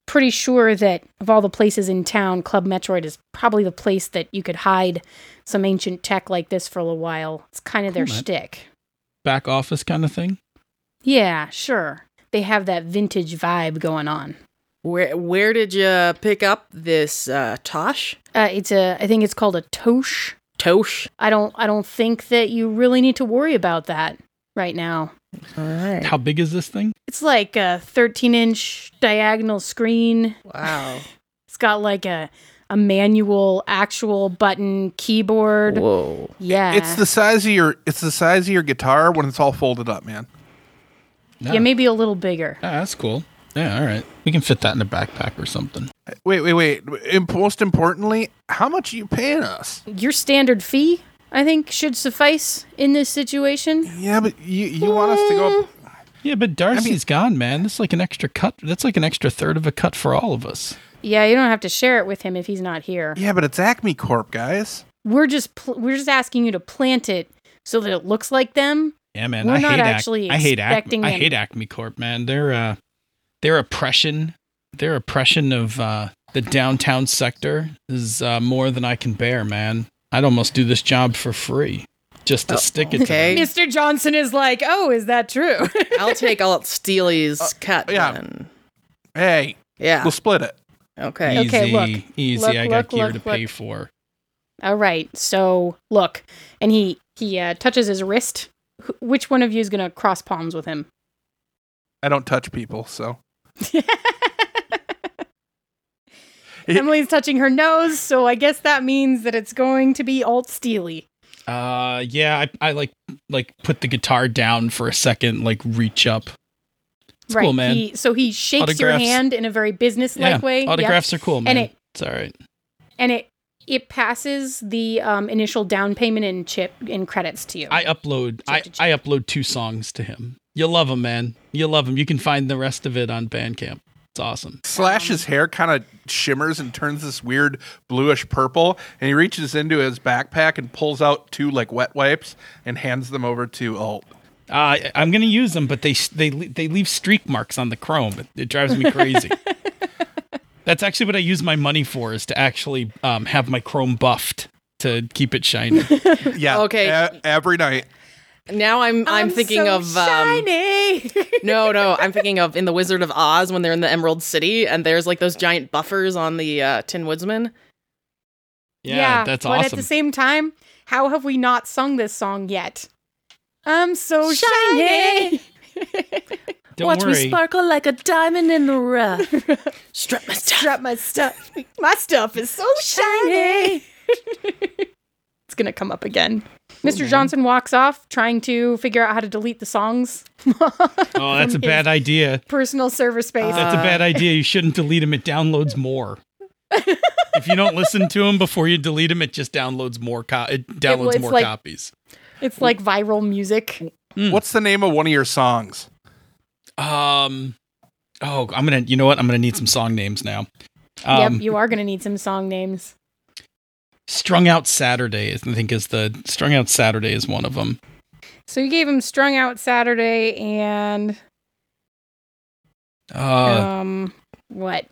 [SPEAKER 3] pretty sure that of all the places in town, Club Metroid is probably the place that you could hide some ancient tech like this for a little while. It's kind of their
[SPEAKER 4] Cool, man.
[SPEAKER 3] shtick.
[SPEAKER 4] Back office kind of thing?
[SPEAKER 3] Yeah, sure. They have that vintage vibe going on.
[SPEAKER 1] Where where did you pick up this uh, Tosh?
[SPEAKER 3] Uh, it's a I think it's called a tosh.
[SPEAKER 1] Tosh.
[SPEAKER 3] I don't I don't think that you really need to worry about that right now.
[SPEAKER 1] All right.
[SPEAKER 4] How big is this thing?
[SPEAKER 3] It's like a 13 inch diagonal screen.
[SPEAKER 1] Wow.
[SPEAKER 3] It's got like a a manual actual button keyboard.
[SPEAKER 1] Whoa.
[SPEAKER 3] Yeah.
[SPEAKER 5] It's the size of your it's the size of your guitar when it's all folded up, man.
[SPEAKER 4] No.
[SPEAKER 3] yeah, maybe a little bigger.
[SPEAKER 4] Ah, that's cool. Yeah, all right. We can fit that in a backpack or something.
[SPEAKER 5] Wait, wait, wait. Im- Most importantly, how much are you paying us?
[SPEAKER 3] Your standard fee, I think, should suffice in this situation.
[SPEAKER 5] Yeah, but you you want us to go up
[SPEAKER 4] Yeah, but Darcy's gone, man. That's like an extra cut. That's like an extra third of a cut for all of us.
[SPEAKER 3] Yeah, you don't have to share it with him if he's not here.
[SPEAKER 5] Yeah, but it's Acme Corp, guys.
[SPEAKER 3] We're just pl- we're just asking you to plant it so that it looks like them.
[SPEAKER 4] Yeah, man.
[SPEAKER 3] We're
[SPEAKER 4] I
[SPEAKER 3] not
[SPEAKER 4] hate Ac-
[SPEAKER 3] actually
[SPEAKER 4] I hate
[SPEAKER 3] expecting
[SPEAKER 4] Acme. I
[SPEAKER 3] it.
[SPEAKER 4] hate Acme Corp, man. Their uh, their oppression, their oppression of uh, the downtown sector is uh, more than I can bear, man. I'd almost do this job for free just
[SPEAKER 3] Oh,
[SPEAKER 4] to stick it.
[SPEAKER 1] okay.
[SPEAKER 4] to them.
[SPEAKER 3] Mr. Johnson is like, "Oh, is that true?"
[SPEAKER 1] I'll take all Steely's
[SPEAKER 4] Uh,
[SPEAKER 1] cut.
[SPEAKER 5] yeah.
[SPEAKER 1] Then.
[SPEAKER 5] Hey,
[SPEAKER 1] Yeah.
[SPEAKER 5] we'll split it.
[SPEAKER 1] Okay.
[SPEAKER 4] Easy,
[SPEAKER 3] Okay, look.
[SPEAKER 4] easy.
[SPEAKER 3] Look,
[SPEAKER 4] I got
[SPEAKER 3] look,
[SPEAKER 4] gear
[SPEAKER 3] look,
[SPEAKER 4] to
[SPEAKER 3] look.
[SPEAKER 4] pay for.
[SPEAKER 3] All right. So look, and he he uh, touches his wrist. Wh- which one of you is gonna cross palms with him?
[SPEAKER 5] I don't touch people, so
[SPEAKER 3] Emily's touching her nose, so I guess that means that it's going to be Alt Steely.
[SPEAKER 4] Uh, yeah, I, I like like put the guitar down for a second, like reach up.
[SPEAKER 3] right.
[SPEAKER 4] cool, man.
[SPEAKER 3] He, so he shakes your
[SPEAKER 4] Autographs.
[SPEAKER 3] hand in a very business-like
[SPEAKER 4] Yeah,
[SPEAKER 3] way. Yep.
[SPEAKER 4] autographs are cool, man.
[SPEAKER 3] And it
[SPEAKER 4] it's all right.
[SPEAKER 3] and it it passes the um, initial down payment and chip and credits to you.
[SPEAKER 4] I upload I,
[SPEAKER 3] Chip to
[SPEAKER 4] I upload two songs to him. You love him, man. You love him. You can find the rest of it on Bandcamp. It's awesome.
[SPEAKER 5] Slash's hair kind of shimmers and turns this weird bluish purple, and he reaches into his backpack and pulls out two like wet wipes and hands them over to Alt.
[SPEAKER 4] Uh, I- I'm gonna use them, but they s- they le- they leave streak marks on the chrome. It, it drives me crazy. That's actually what I use my money for is to actually um, have my chrome buffed to keep it shiny.
[SPEAKER 5] Yeah.
[SPEAKER 1] Okay.
[SPEAKER 5] e- every night.
[SPEAKER 1] Now I'm I'm, thinking
[SPEAKER 3] so
[SPEAKER 1] of um,
[SPEAKER 3] shiny.
[SPEAKER 1] no no I'm thinking of in the Wizard of Oz when they're in the Emerald City and there's like those giant buffers on the uh, Tin Woodsman.
[SPEAKER 4] Yeah, that's
[SPEAKER 3] but
[SPEAKER 4] awesome.
[SPEAKER 3] at the same time, how have we not sung this song yet? I'm so shiny.
[SPEAKER 4] Don't
[SPEAKER 1] Watch
[SPEAKER 4] worry.
[SPEAKER 1] me sparkle like a diamond in the rough. Strut my stuff.
[SPEAKER 3] Drop my stuff. My stuff is so shiny. it's gonna come up again. Mr. Johnson walks off, trying to figure out how to delete the songs.
[SPEAKER 4] oh, that's a bad idea.
[SPEAKER 3] Personal server space.
[SPEAKER 4] That's a
[SPEAKER 3] Uh,
[SPEAKER 4] bad idea. You shouldn't delete them. It downloads more. if you don't listen to them before you delete them, it just downloads more. Co- it downloads
[SPEAKER 3] it's
[SPEAKER 4] more
[SPEAKER 3] like-
[SPEAKER 4] copies.
[SPEAKER 3] it's like viral music.
[SPEAKER 5] What's the name of one of your songs?
[SPEAKER 4] Um. Oh, I'm gonna. You know what? I'm gonna need some song names now. Um,
[SPEAKER 3] yep, you are gonna need some song names.
[SPEAKER 4] Strung out Saturday. is- I think is the strung out Saturday is one of them.
[SPEAKER 3] So you gave him "Strung Out Saturday" and
[SPEAKER 4] Uh,
[SPEAKER 3] um, what?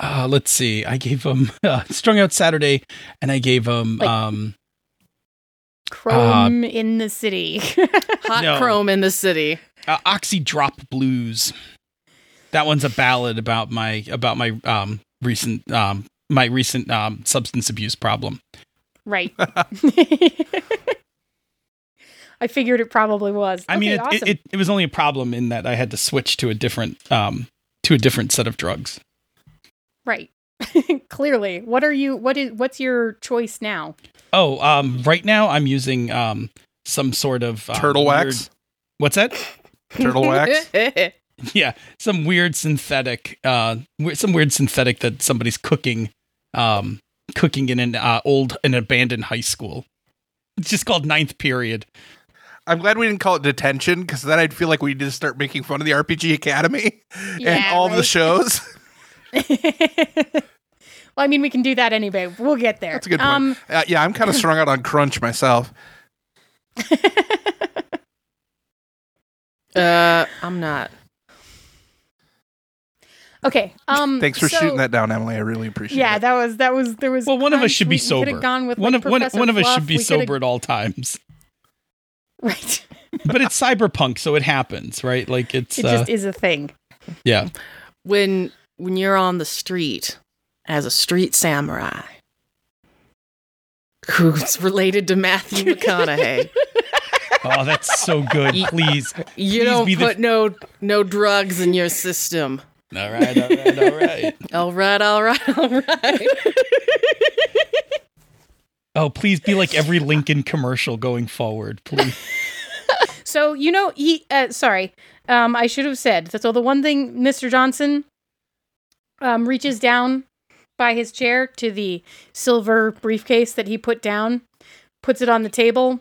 [SPEAKER 4] uh, let's see. I gave them uh, strung out Saturday, and I gave them.
[SPEAKER 3] Like-
[SPEAKER 4] um, uh,
[SPEAKER 3] Chrome in the city.
[SPEAKER 1] Hot
[SPEAKER 4] No.
[SPEAKER 1] chrome in the city.
[SPEAKER 4] uh, Oxy Drop Blues. That one's a ballad about my about my um recent um my recent um substance abuse problem.
[SPEAKER 3] right. I figured it probably was.
[SPEAKER 4] I mean, it,
[SPEAKER 3] Okay, awesome.
[SPEAKER 4] it, it it was only a problem in that I had to switch to a different um to a different set of drugs.
[SPEAKER 3] right. Clearly, what are you? What is? What's your choice now?
[SPEAKER 4] Oh, um, right now I'm using um some sort of um,
[SPEAKER 5] Turtle wax.
[SPEAKER 4] weird- What's that?
[SPEAKER 5] Turtle wax.
[SPEAKER 4] yeah, some weird synthetic. Uh, we- some weird synthetic that somebody's cooking, um, cooking in an uh, old an abandoned high school. It's just called ninth period.
[SPEAKER 5] I'm glad we didn't call it detention because then I'd feel like we just start making fun of the RPG Academy and
[SPEAKER 3] Yeah,
[SPEAKER 5] all the
[SPEAKER 3] right.
[SPEAKER 5] shows.
[SPEAKER 3] well, I mean, we can do that anyway. We'll get there. Um,
[SPEAKER 5] That's a good point. Uh, yeah, I'm kind of strung out on crunch myself.
[SPEAKER 1] uh, I'm not.
[SPEAKER 3] Okay. Um.
[SPEAKER 5] Thanks for
[SPEAKER 3] so-
[SPEAKER 5] shooting that down, Emily. I really appreciate
[SPEAKER 3] Yeah,
[SPEAKER 5] it.
[SPEAKER 3] that was that was there was.
[SPEAKER 4] Well, one of us
[SPEAKER 3] crunch.
[SPEAKER 4] should be
[SPEAKER 3] We- we coulda
[SPEAKER 4] sober.
[SPEAKER 3] Gone with
[SPEAKER 4] one
[SPEAKER 3] like,
[SPEAKER 4] of one,
[SPEAKER 3] Professor
[SPEAKER 4] one of us should
[SPEAKER 3] Fluff.
[SPEAKER 4] be
[SPEAKER 3] We coulda-
[SPEAKER 4] sober at all times.
[SPEAKER 3] Right.
[SPEAKER 4] But it's cyberpunk, so it happens, right? Like it's
[SPEAKER 3] It
[SPEAKER 4] uh,
[SPEAKER 3] just is a thing.
[SPEAKER 4] yeah.
[SPEAKER 1] When when you're on the street as a street samurai who's related to Matthew McConaughey,
[SPEAKER 4] Oh, that's so good. Please,
[SPEAKER 1] you
[SPEAKER 4] Please be
[SPEAKER 1] don't
[SPEAKER 4] the-
[SPEAKER 1] put no no drugs in your system.
[SPEAKER 4] all right, all right, all right.
[SPEAKER 1] All right, all right, all right.
[SPEAKER 4] Oh, please be like every Lincoln commercial going forward, please.
[SPEAKER 3] So you know he. Uh, sorry, um, I should have said. So the one thing Mr. Johnson um, reaches down by his chair to the silver briefcase that he put down, puts it on the table,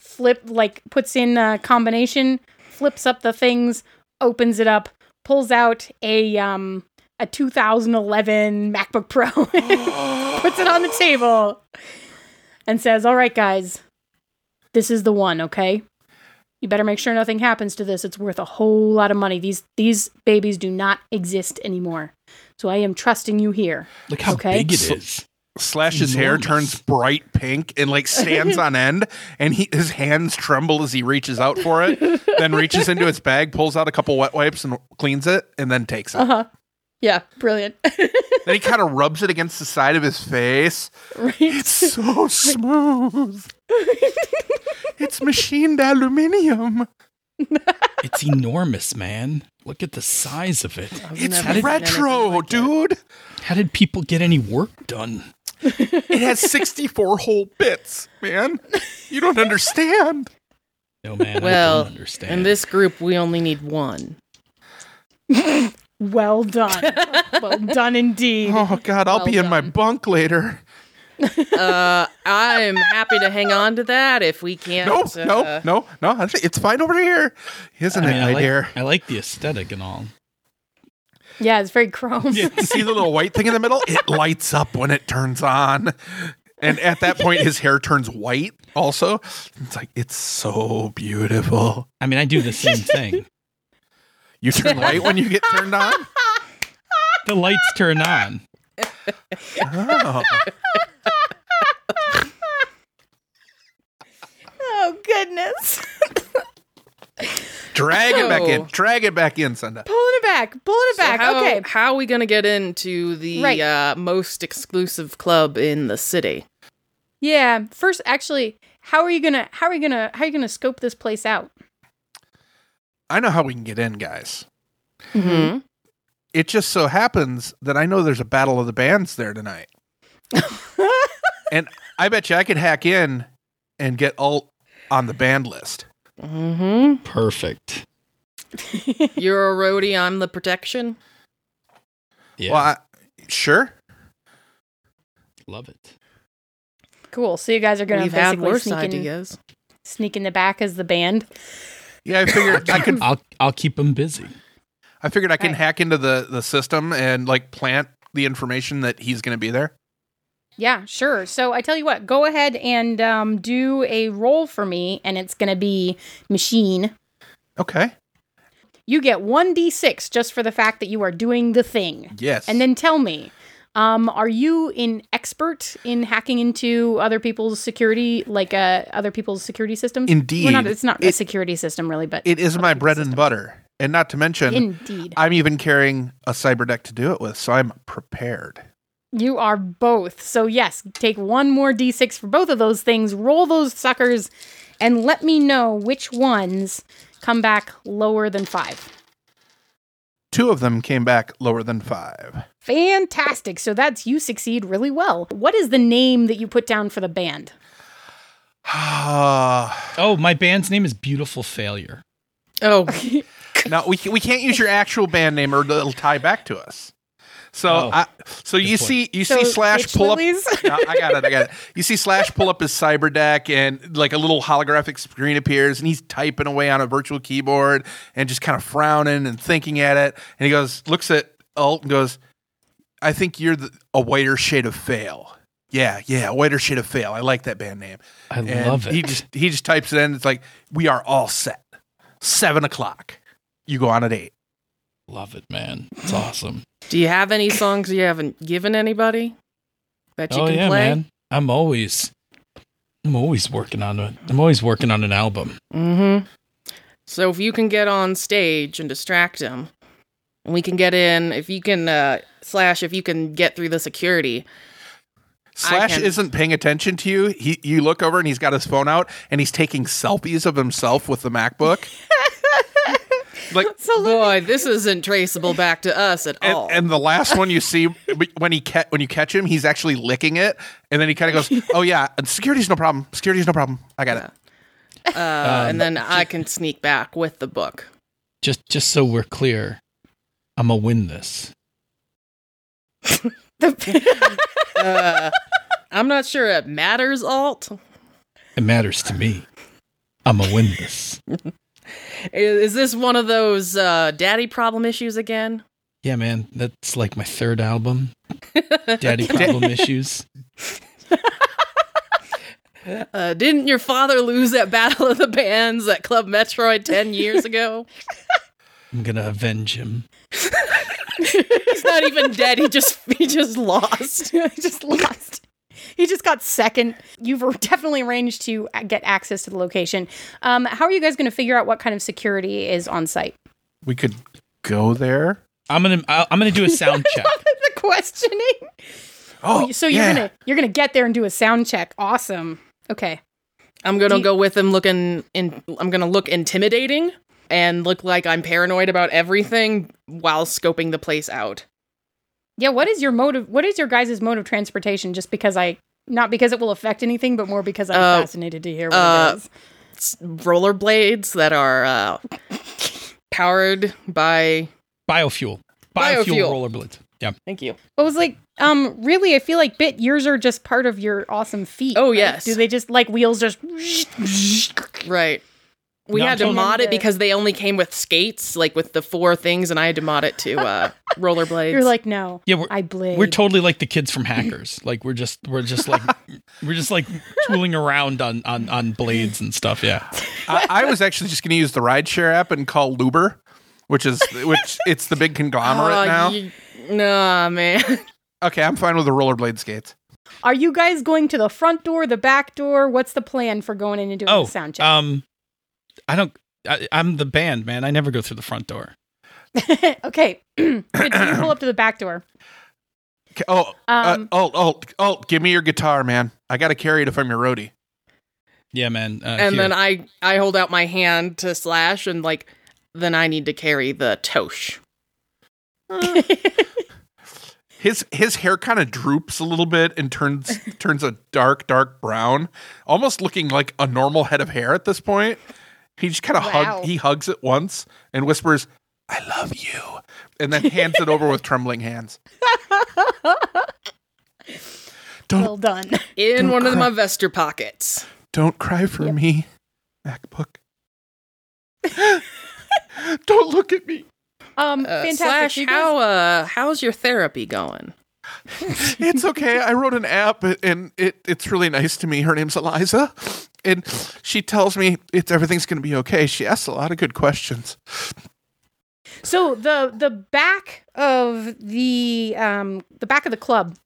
[SPEAKER 3] flip like puts in a combination, flips up the things, opens it up, pulls out a um a 2011 MacBook Pro, puts it on the table, and says, "All right, guys." This is the one, okay? You better make sure nothing happens to this. It's worth a whole lot of money. These these babies do not exist anymore. So I am trusting you here.
[SPEAKER 4] Look how
[SPEAKER 3] Okay.
[SPEAKER 4] big it
[SPEAKER 5] So-
[SPEAKER 4] is.
[SPEAKER 5] Slash's hair
[SPEAKER 4] Enormous.
[SPEAKER 5] turns bright pink and like stands on end, and he, his hands tremble as he reaches out for it. then reaches into his bag, pulls out a couple wet wipes, and cleans it, and then takes it.
[SPEAKER 1] Uh-huh.
[SPEAKER 3] Yeah, brilliant.
[SPEAKER 5] Then he kind of rubs it against the side of his face.
[SPEAKER 3] right.
[SPEAKER 5] It's so smooth. it's machined aluminium.
[SPEAKER 4] It's enormous, man. Look at the size of it.
[SPEAKER 1] I've
[SPEAKER 5] It's
[SPEAKER 1] never seen anything
[SPEAKER 5] retro,
[SPEAKER 1] like it.
[SPEAKER 5] dude.
[SPEAKER 4] How did people get any work done?
[SPEAKER 5] It has 64 whole bits, man. You don't understand.
[SPEAKER 4] No man, I
[SPEAKER 1] Well,
[SPEAKER 4] don't understand.
[SPEAKER 1] In this group, we only need one.
[SPEAKER 3] Well done. well done indeed.
[SPEAKER 5] Oh God, I'll be in my
[SPEAKER 1] done.
[SPEAKER 5] bunk later.
[SPEAKER 1] Uh, I'm happy to hang on to that if we can't.
[SPEAKER 5] No,
[SPEAKER 1] uh,
[SPEAKER 5] no, no, no. I think It's fine over here, isn't
[SPEAKER 4] I, mean,
[SPEAKER 5] it,
[SPEAKER 4] I,
[SPEAKER 5] my
[SPEAKER 4] like,
[SPEAKER 5] dear?
[SPEAKER 4] I like the aesthetic and all.
[SPEAKER 3] Yeah, it's very chrome.
[SPEAKER 5] See the little white thing in the middle? It lights up when it turns on. And at that point, his hair turns white. Also, it's like it's so beautiful.
[SPEAKER 4] I mean, I do the same thing.
[SPEAKER 5] You turn white when you get turned on.
[SPEAKER 4] The lights turn on.
[SPEAKER 5] Oh.
[SPEAKER 3] Oh goodness.
[SPEAKER 5] Drag it back in.
[SPEAKER 1] Oh.
[SPEAKER 5] Drag it back in, Sunda.
[SPEAKER 3] pulling it back. Pulling it
[SPEAKER 1] So
[SPEAKER 3] back.
[SPEAKER 1] how,
[SPEAKER 3] okay.
[SPEAKER 1] How are we going to get into the
[SPEAKER 3] Right.
[SPEAKER 1] uh, most exclusive club in the city?
[SPEAKER 3] Yeah. First, actually, how are you gonna? How are you gonna? How are you gonna scope this place out?
[SPEAKER 5] I know how we can get in, guys.
[SPEAKER 1] Mm-hmm.
[SPEAKER 5] It just so happens that I know there's a battle of the bands there tonight. and I bet you I could hack in and get alt on the band list.
[SPEAKER 1] Mm-hmm.
[SPEAKER 4] Perfect.
[SPEAKER 1] You're a roadie. I'm the protection.
[SPEAKER 4] Yeah,
[SPEAKER 5] Well, I, sure.
[SPEAKER 4] love it.
[SPEAKER 3] Cool. So you guys are gonna
[SPEAKER 1] We've had
[SPEAKER 3] basically
[SPEAKER 1] worse
[SPEAKER 3] sneak in,
[SPEAKER 1] ideas.
[SPEAKER 3] sneak in the back as the band.
[SPEAKER 5] Yeah, I figured I could
[SPEAKER 4] I'll I'll keep them busy.
[SPEAKER 5] I figured I can
[SPEAKER 3] Right.
[SPEAKER 5] hack into the the system and like plant the information that he's going to be there.
[SPEAKER 3] Yeah, sure. So I tell you what, go ahead and um, do a roll for me, and it's gonna be machine.
[SPEAKER 5] Okay.
[SPEAKER 3] You get one d six just for the fact that you are doing the thing,
[SPEAKER 5] Yes.
[SPEAKER 3] and then tell me. Um, are you an expert in hacking into other people's security, like uh, other people's security systems?
[SPEAKER 5] indeed,
[SPEAKER 3] Well, not, it's not a
[SPEAKER 5] it,
[SPEAKER 3] security system, really, but
[SPEAKER 5] it is my bread and butter, and not to mention,
[SPEAKER 3] indeed.
[SPEAKER 5] I'm even carrying a cyber deck to do it with, so I'm prepared.
[SPEAKER 3] You are both. So, yes, take one more d6 for both of those things, roll those suckers, and let me know which ones come back lower than five.
[SPEAKER 5] Two of them came back lower than five.
[SPEAKER 3] Fantastic. So, that's you succeed really well. What is the name that you put down for the band?
[SPEAKER 5] now
[SPEAKER 4] Oh, my band's name is Beautiful Failure.
[SPEAKER 1] Oh,
[SPEAKER 5] we we can't use your actual band name, or it'll tie back to us. So
[SPEAKER 4] Oh,
[SPEAKER 5] I, so
[SPEAKER 4] good
[SPEAKER 5] you
[SPEAKER 4] point.
[SPEAKER 5] see you
[SPEAKER 3] So,
[SPEAKER 5] see slash
[SPEAKER 3] Bitch
[SPEAKER 5] pull up.
[SPEAKER 3] Lilies?
[SPEAKER 5] No, I got it. I got it. You see Slash pull up his cyber deck and like a little holographic screen appears and he's typing away on a virtual keyboard and just kind of frowning and thinking at it. And he goes, looks at Alt and goes, I think you're the, a whiter shade of fail. Yeah, yeah, a whiter shade of fail. I like that band name.
[SPEAKER 4] I
[SPEAKER 5] And
[SPEAKER 4] love it.
[SPEAKER 5] He just he just types it in. It's like, we are all set. Seven o'clock. You go on at eight.
[SPEAKER 4] Love it, man. It's awesome.
[SPEAKER 1] do you have any songs you haven't given anybody that you
[SPEAKER 4] oh
[SPEAKER 1] can
[SPEAKER 4] yeah,
[SPEAKER 1] play?
[SPEAKER 4] man. I'm always I'm always working on it. I'm always working on an album.
[SPEAKER 1] Mm-hmm. So if you can get on stage and distract him, and we can get in. If you can uh, slash, if you can get through the security,
[SPEAKER 5] Slash
[SPEAKER 1] can-
[SPEAKER 5] isn't paying attention to you. He, you look over and he's got his phone out and he's taking selfies of himself with the MacBook. like,
[SPEAKER 1] boy, this isn't traceable back to us at
[SPEAKER 5] and,
[SPEAKER 1] all.
[SPEAKER 5] and the last one you see when he ca- when you catch him, he's actually licking it, and then he kind of goes, "Oh yeah, security's no problem. Security's no problem. I got it."
[SPEAKER 1] uh, and then I can sneak back with the book.
[SPEAKER 4] Just just so we're clear, I'm gonna win this.
[SPEAKER 1] Uh, I'm not sure it matters, Alt.
[SPEAKER 4] It matters to me. I'm gonna win this.
[SPEAKER 1] I- Is, this one of those uh, daddy problem issues again?
[SPEAKER 4] Yeah, man. That's like my third album. Daddy problem issues.
[SPEAKER 1] Uh, didn't your father lose that battle of the bands at Club Metroid 10 years ago?
[SPEAKER 4] I'm gonna avenge him.
[SPEAKER 1] He's not even dead. He just he just lost.
[SPEAKER 3] I just lost. He just got second. You've definitely arranged to get access to the location. Um, how are you guys going to figure out what kind of security is on site?
[SPEAKER 5] We could go there.
[SPEAKER 4] I'm gonna I'll- I'm gonna do a sound check.
[SPEAKER 3] the questioning.
[SPEAKER 5] Oh,
[SPEAKER 3] So you're
[SPEAKER 5] yeah.
[SPEAKER 3] gonna you're gonna get there and do a sound check. Awesome. Okay.
[SPEAKER 1] I'm gonna
[SPEAKER 3] Do you-
[SPEAKER 1] go with him looking in I'm gonna look intimidating and look like I'm paranoid about everything while scoping the place out.
[SPEAKER 3] Yeah, what is your mode of what is your guys' mode of transportation? Just because I not because it will affect anything, but more because I'm
[SPEAKER 1] Uh,
[SPEAKER 3] fascinated to hear what
[SPEAKER 1] uh,
[SPEAKER 3] it is.
[SPEAKER 1] It's rollerblades that are uh, powered by.
[SPEAKER 4] Biofuel. Biofuel,
[SPEAKER 1] Biofuel.
[SPEAKER 4] rollerblades. Yeah.
[SPEAKER 1] Thank you.
[SPEAKER 3] But it was like, um, really, I feel like bit yours are just part of your awesome feet.
[SPEAKER 1] Oh,
[SPEAKER 3] right?
[SPEAKER 1] yes.
[SPEAKER 3] Do they just like wheels just
[SPEAKER 1] Right. We
[SPEAKER 4] No,
[SPEAKER 1] had to
[SPEAKER 4] totally.
[SPEAKER 1] mod it because they only came with skates, like with the four things, and I had to mod it to uh, rollerblades.
[SPEAKER 3] you're like, no.
[SPEAKER 4] Yeah, we're-
[SPEAKER 3] I blade.
[SPEAKER 4] We're totally like the kids from Hackers. Like we're just we're just like we're just like tooling around on on on blades and stuff. Yeah.
[SPEAKER 5] I, I was actually just going to use the rideshare app and call Luber, which is which it's the big conglomerate
[SPEAKER 1] Uh,
[SPEAKER 5] now.
[SPEAKER 1] you- nah, man.
[SPEAKER 5] Okay, I'm fine with the rollerblade skates.
[SPEAKER 3] Are you guys going to the front door, the back door? What's the plan for going in and doing
[SPEAKER 4] Oh,
[SPEAKER 3] the sound check?
[SPEAKER 4] um, I don't. I, I'm the band man. I never go through the front door.
[SPEAKER 3] okay. Good, so you pull up to the back door.
[SPEAKER 5] K- Oh,
[SPEAKER 3] Um,
[SPEAKER 5] uh, oh, oh, oh! Give me your guitar, man. I got to carry it if I'm your roadie.
[SPEAKER 4] Yeah, man. Uh,
[SPEAKER 1] and
[SPEAKER 4] here.
[SPEAKER 1] then I I hold out my hand to slash and like then I need to carry the tosh.
[SPEAKER 5] His his hair kind of droops a little bit and turns turns a dark dark brown, almost looking like a normal head of hair at this point. He just kind of
[SPEAKER 3] Wow.
[SPEAKER 5] hug he hugs it once and whispers, "I love you," and then hands it over with trembling hands. Don't
[SPEAKER 3] Well done.
[SPEAKER 1] In
[SPEAKER 5] Don't
[SPEAKER 1] one of my
[SPEAKER 5] cry.
[SPEAKER 1] vester pockets.
[SPEAKER 5] Don't cry for me, MacBook. Don't look at me.
[SPEAKER 3] Um,
[SPEAKER 1] Uh,
[SPEAKER 3] fantastic.
[SPEAKER 1] slash
[SPEAKER 3] You guys-
[SPEAKER 1] how uh how's your therapy going?
[SPEAKER 5] It's okay. I wrote an app and it, it's really nice to me. Her name's Eliza. And she tells me it's everything's gonna be okay. She asks a lot of good questions.
[SPEAKER 3] So the the back of the um the back of the club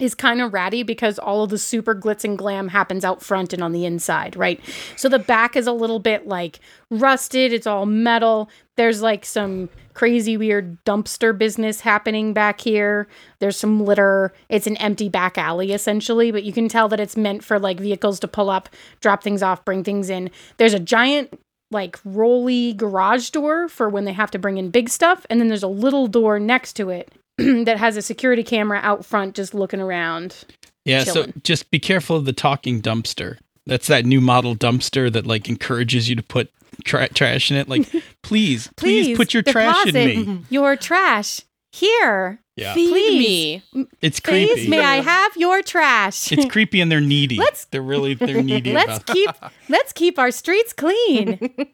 [SPEAKER 3] is kind of ratty because all of the super glitz and glam happens out front and on the inside, right? So the back is a little bit like rusted, it's all metal. There's like some crazy weird dumpster business happening back here. There's some litter. It's an empty back alley essentially, but you can tell that it's meant for like vehicles to pull up, drop things off, bring things in. There's a giant like rolly garage door for when they have to bring in big stuff and then there's a little door next to it that has a security camera out front just looking around
[SPEAKER 4] yeah. So
[SPEAKER 3] chillin'.
[SPEAKER 4] just be careful of the talking dumpster. That's that new model dumpster that like encourages you to put tra- trash in it. Like, please, please put your trash in me.
[SPEAKER 3] your trash here
[SPEAKER 4] Yeah.
[SPEAKER 1] Feed
[SPEAKER 3] Please.
[SPEAKER 1] me.
[SPEAKER 4] It's creepy.
[SPEAKER 3] please may i have your trash
[SPEAKER 4] It's creepy and they're needy.
[SPEAKER 3] Let's-
[SPEAKER 4] they're really they're needy
[SPEAKER 3] let's
[SPEAKER 4] about.
[SPEAKER 3] keep let's keep our streets clean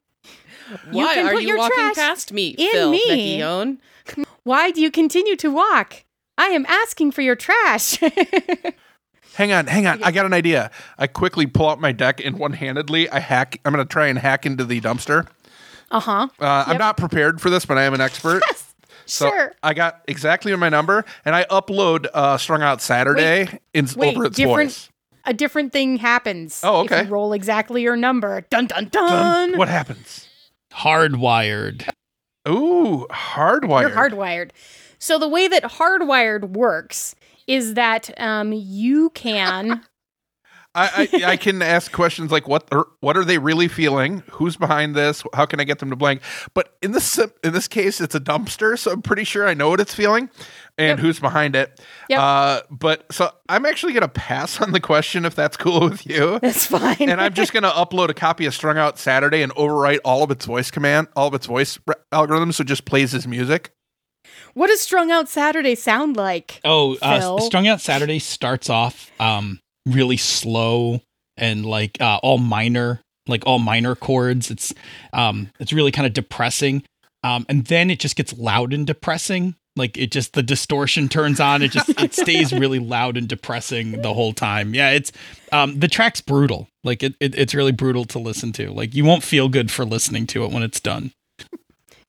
[SPEAKER 3] You
[SPEAKER 1] Why
[SPEAKER 3] can
[SPEAKER 1] are
[SPEAKER 3] put
[SPEAKER 1] you
[SPEAKER 3] your
[SPEAKER 1] walking
[SPEAKER 3] trash
[SPEAKER 1] past me,
[SPEAKER 3] in
[SPEAKER 1] Phil
[SPEAKER 3] me.
[SPEAKER 1] Vecchione?
[SPEAKER 3] why do you continue to walk i am asking for your trash
[SPEAKER 5] Hang on, hang on. I got an idea. I quickly pull out my deck and one handedly I hack I'm gonna try and hack into the dumpster.
[SPEAKER 3] uh-huh
[SPEAKER 5] Uh, I'm
[SPEAKER 3] Yep.
[SPEAKER 5] not prepared for this, but I am an expert. So
[SPEAKER 3] sure
[SPEAKER 5] I got exactly my number, and I upload uh, "Strung Out Saturday" in
[SPEAKER 3] wait,
[SPEAKER 5] over its
[SPEAKER 3] different-
[SPEAKER 5] voice.
[SPEAKER 3] a different thing happens
[SPEAKER 5] Oh,
[SPEAKER 3] if
[SPEAKER 5] okay.
[SPEAKER 3] you roll exactly your number dun dun dun
[SPEAKER 5] Um, what happens?
[SPEAKER 4] Hardwired.
[SPEAKER 5] Ooh, hardwired.
[SPEAKER 3] You're hardwired. So the way that hardwired works is that um, you can.
[SPEAKER 5] I, I, I can ask questions like what are, what are they really feeling? Who's behind this? How can I get them to blank? But in this sim- in this case, it's a dumpster, so I'm pretty sure I know what it's feeling and who's behind it.
[SPEAKER 3] Yep.
[SPEAKER 5] Uh, but so I'm actually gonna pass on the question if that's cool with you.
[SPEAKER 3] that's fine.
[SPEAKER 5] and I'm just going to upload a copy of Strung Out Saturday and overwrite all of its voice command, all of its voice re- algorithms, so it just plays his music.
[SPEAKER 3] what does strung out Saturday sound like?
[SPEAKER 4] Oh, uh,
[SPEAKER 3] Phil.
[SPEAKER 4] Strung Out Saturday starts off um, really slow and like uh, all minor, like all minor chords. It's um, it's really kind of depressing, um, and then it just gets loud and depressing. Like it just the distortion turns on. It just it stays really loud and depressing the whole time. Yeah, it's um, the track's brutal. Like it, it it's really brutal to listen to. Like you won't feel good for listening to it when it's done.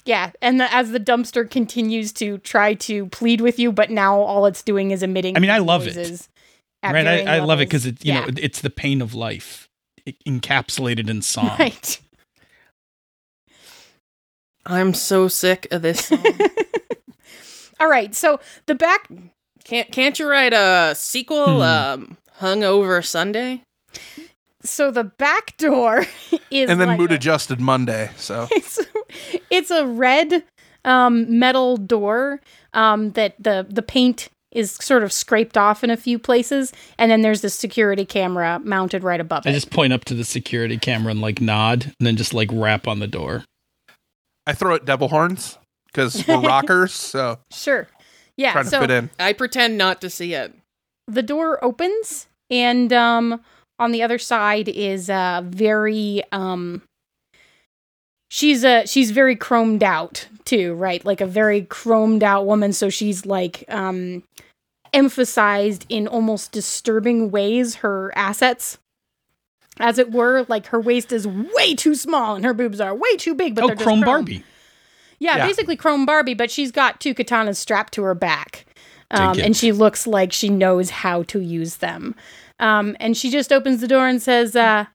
[SPEAKER 3] Yeah, and the, as the dumpster continues to try to plead with you, but now all it's doing is emitting.
[SPEAKER 4] I mean, I
[SPEAKER 3] these
[SPEAKER 4] love it.
[SPEAKER 3] noises at
[SPEAKER 4] Right?
[SPEAKER 3] varying
[SPEAKER 4] I, I love it
[SPEAKER 3] levels.
[SPEAKER 4] because it you know
[SPEAKER 3] Yeah.
[SPEAKER 4] it- it's the pain of life e- encapsulated in song.
[SPEAKER 3] right.
[SPEAKER 1] I'm so sick of this song.
[SPEAKER 3] All right. So the back
[SPEAKER 1] can't can't you write a sequel,
[SPEAKER 4] Hmm.
[SPEAKER 1] um, Hungover Sunday?
[SPEAKER 3] so the back door is
[SPEAKER 5] and then
[SPEAKER 3] like
[SPEAKER 5] mood
[SPEAKER 3] a-
[SPEAKER 5] adjusted Monday. So
[SPEAKER 3] it's it's a red um metal door um, that the the paint is sort of scraped off in a few places, and then there's this security camera mounted right above
[SPEAKER 4] I
[SPEAKER 3] it.
[SPEAKER 4] just point up to the security camera and like nod and then just like rap on the door.
[SPEAKER 5] I throw at devil horns because we're rockers, so
[SPEAKER 3] sure. Yeah.
[SPEAKER 5] trying to
[SPEAKER 3] So
[SPEAKER 5] fit in.
[SPEAKER 1] I pretend not to see it.
[SPEAKER 3] the door opens and um on the other side is uh very um she's uh she's very chromed out too right like a very chromed out woman so she's like um emphasized in almost disturbing ways her assets as it were like her waist is way too small and her boobs are way too big but
[SPEAKER 4] oh,
[SPEAKER 3] they're just
[SPEAKER 4] Chrome Barbie.
[SPEAKER 3] yeah,
[SPEAKER 5] Yeah.
[SPEAKER 3] basically Chrome Barbie, but she's got two katanas strapped to her back. Um,
[SPEAKER 4] Take it.
[SPEAKER 3] and she looks like she knows how to use them. Um, and she just opens the door and says, uh,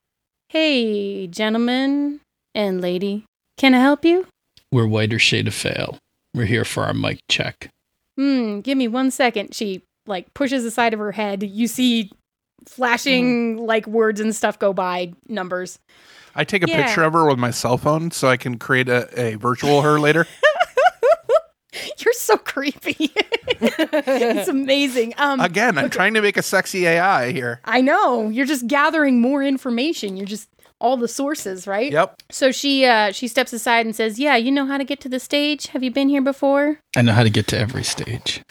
[SPEAKER 3] Hey, gentlemen and lady, can I help you?
[SPEAKER 4] We're whiter shade of fail. We're here for our mic check.
[SPEAKER 3] Hmm, give me one second. She like pushes the side of her head. You see flashing like words and stuff go by, numbers.
[SPEAKER 5] I take a
[SPEAKER 3] Yeah.
[SPEAKER 5] picture of her with my cell phone so I can create a, a virtual her later.
[SPEAKER 3] You're so creepy. it's amazing. Um,
[SPEAKER 5] Again, I'm trying to make a sexy AI here.
[SPEAKER 3] I know. You're just gathering more information. You're just all the sources, right?
[SPEAKER 5] Yep.
[SPEAKER 3] So she uh she steps aside and says, "Yeah, you know how to get to the stage? Have you been here before?
[SPEAKER 4] I know how to get to every stage.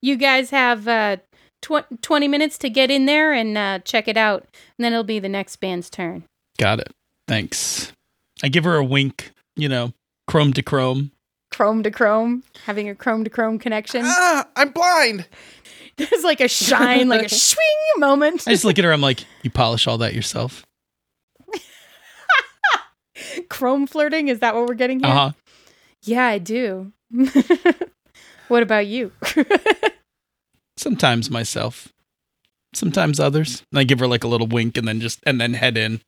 [SPEAKER 3] You guys have uh tw- 20 minutes to get in there and uh check it out, and then it'll be the next band's turn."
[SPEAKER 4] Got it. Thanks. I give her a wink, you know, chrome to chrome.
[SPEAKER 3] Chrome to chrome, having a chrome to chrome connection.
[SPEAKER 5] Ah, I'm blind.
[SPEAKER 3] There's like a shine, like a swing moment.
[SPEAKER 4] I just look at her. I'm like, you polish all that yourself?
[SPEAKER 3] Chrome flirting, is that what we're getting here?
[SPEAKER 4] Uh
[SPEAKER 5] Uh-huh.
[SPEAKER 4] huh.
[SPEAKER 3] Yeah, I do. what about you?
[SPEAKER 4] Sometimes myself. Sometimes others. And I give her like a little wink and then just, and then head in.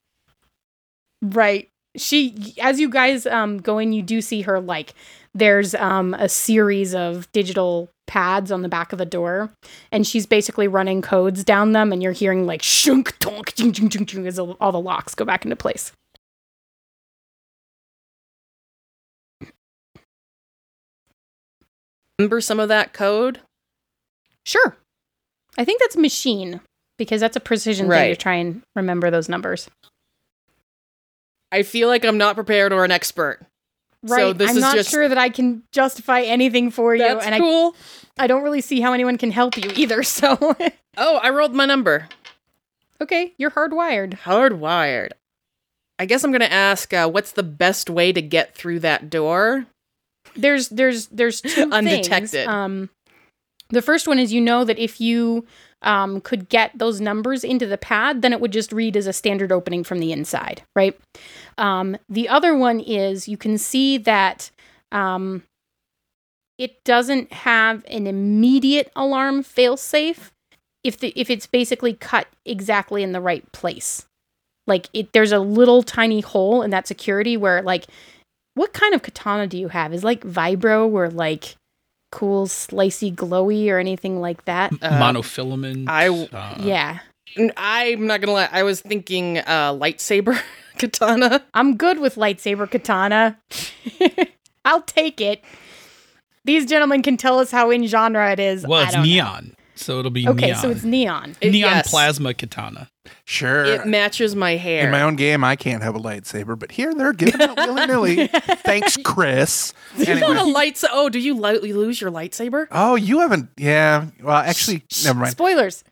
[SPEAKER 3] Right. She as you guys um go in, you do see her like there's um a series of digital pads on the back of the door and she's basically running codes down them and you're hearing like shunk tonk ching ching ching ching as all all the locks go back into place.
[SPEAKER 1] Remember some of that code?
[SPEAKER 3] Sure. I think that's machine because that's a precision thing to
[SPEAKER 1] Right.
[SPEAKER 3] try and remember those numbers.
[SPEAKER 1] I feel like I'm not prepared or an expert. So
[SPEAKER 3] Right.
[SPEAKER 1] this
[SPEAKER 3] I'm
[SPEAKER 1] is
[SPEAKER 3] not
[SPEAKER 1] just-
[SPEAKER 3] sure that I can justify anything for you
[SPEAKER 1] That's
[SPEAKER 3] and
[SPEAKER 1] cool.
[SPEAKER 3] I I don't really see how anyone can help you either. So
[SPEAKER 1] Oh, I rolled my number.
[SPEAKER 3] okay, you're hardwired.
[SPEAKER 1] Hardwired. I guess I'm going to ask uh, what's the best way to get through that door?
[SPEAKER 3] there's there's there's two things.
[SPEAKER 1] Undetected.
[SPEAKER 3] Um, the first one is you know that if you um, could get those numbers into the pad, then it would just read as a standard opening from the inside, right? Um, the other one is you can see that um, it doesn't have an immediate alarm failsafe if the if it's basically cut exactly in the right place. Like it, there's a little tiny hole in that security where like what kind of katana do you have? Is like vibro or like cool slicey glowy or anything like that?
[SPEAKER 1] Uh,
[SPEAKER 4] Monofilament.
[SPEAKER 1] I-
[SPEAKER 4] uh,
[SPEAKER 3] yeah.
[SPEAKER 1] N- I'm not going to lie. I was thinking uh, lightsaber katana.
[SPEAKER 3] I'm good with lightsaber katana. I'll take it. These gentlemen can tell us how in genre it is.
[SPEAKER 4] Well,
[SPEAKER 3] I
[SPEAKER 4] it's
[SPEAKER 3] don't know.
[SPEAKER 4] neon. So it'll be
[SPEAKER 3] Okay,
[SPEAKER 4] neon.
[SPEAKER 3] so it's neon.
[SPEAKER 1] It-
[SPEAKER 4] neon
[SPEAKER 1] yes.
[SPEAKER 4] plasma katana.
[SPEAKER 5] Sure.
[SPEAKER 1] It matches my hair.
[SPEAKER 5] In my own game, I can't have a lightsaber, but here they're giving it willy nilly. Thanks, Chris.
[SPEAKER 1] you know
[SPEAKER 5] Anyway.
[SPEAKER 1] how lights. Oh, do you li- you lose your lightsaber?
[SPEAKER 5] Oh, you haven't. Yeah. Well, actually, never mind.
[SPEAKER 3] Spoilers.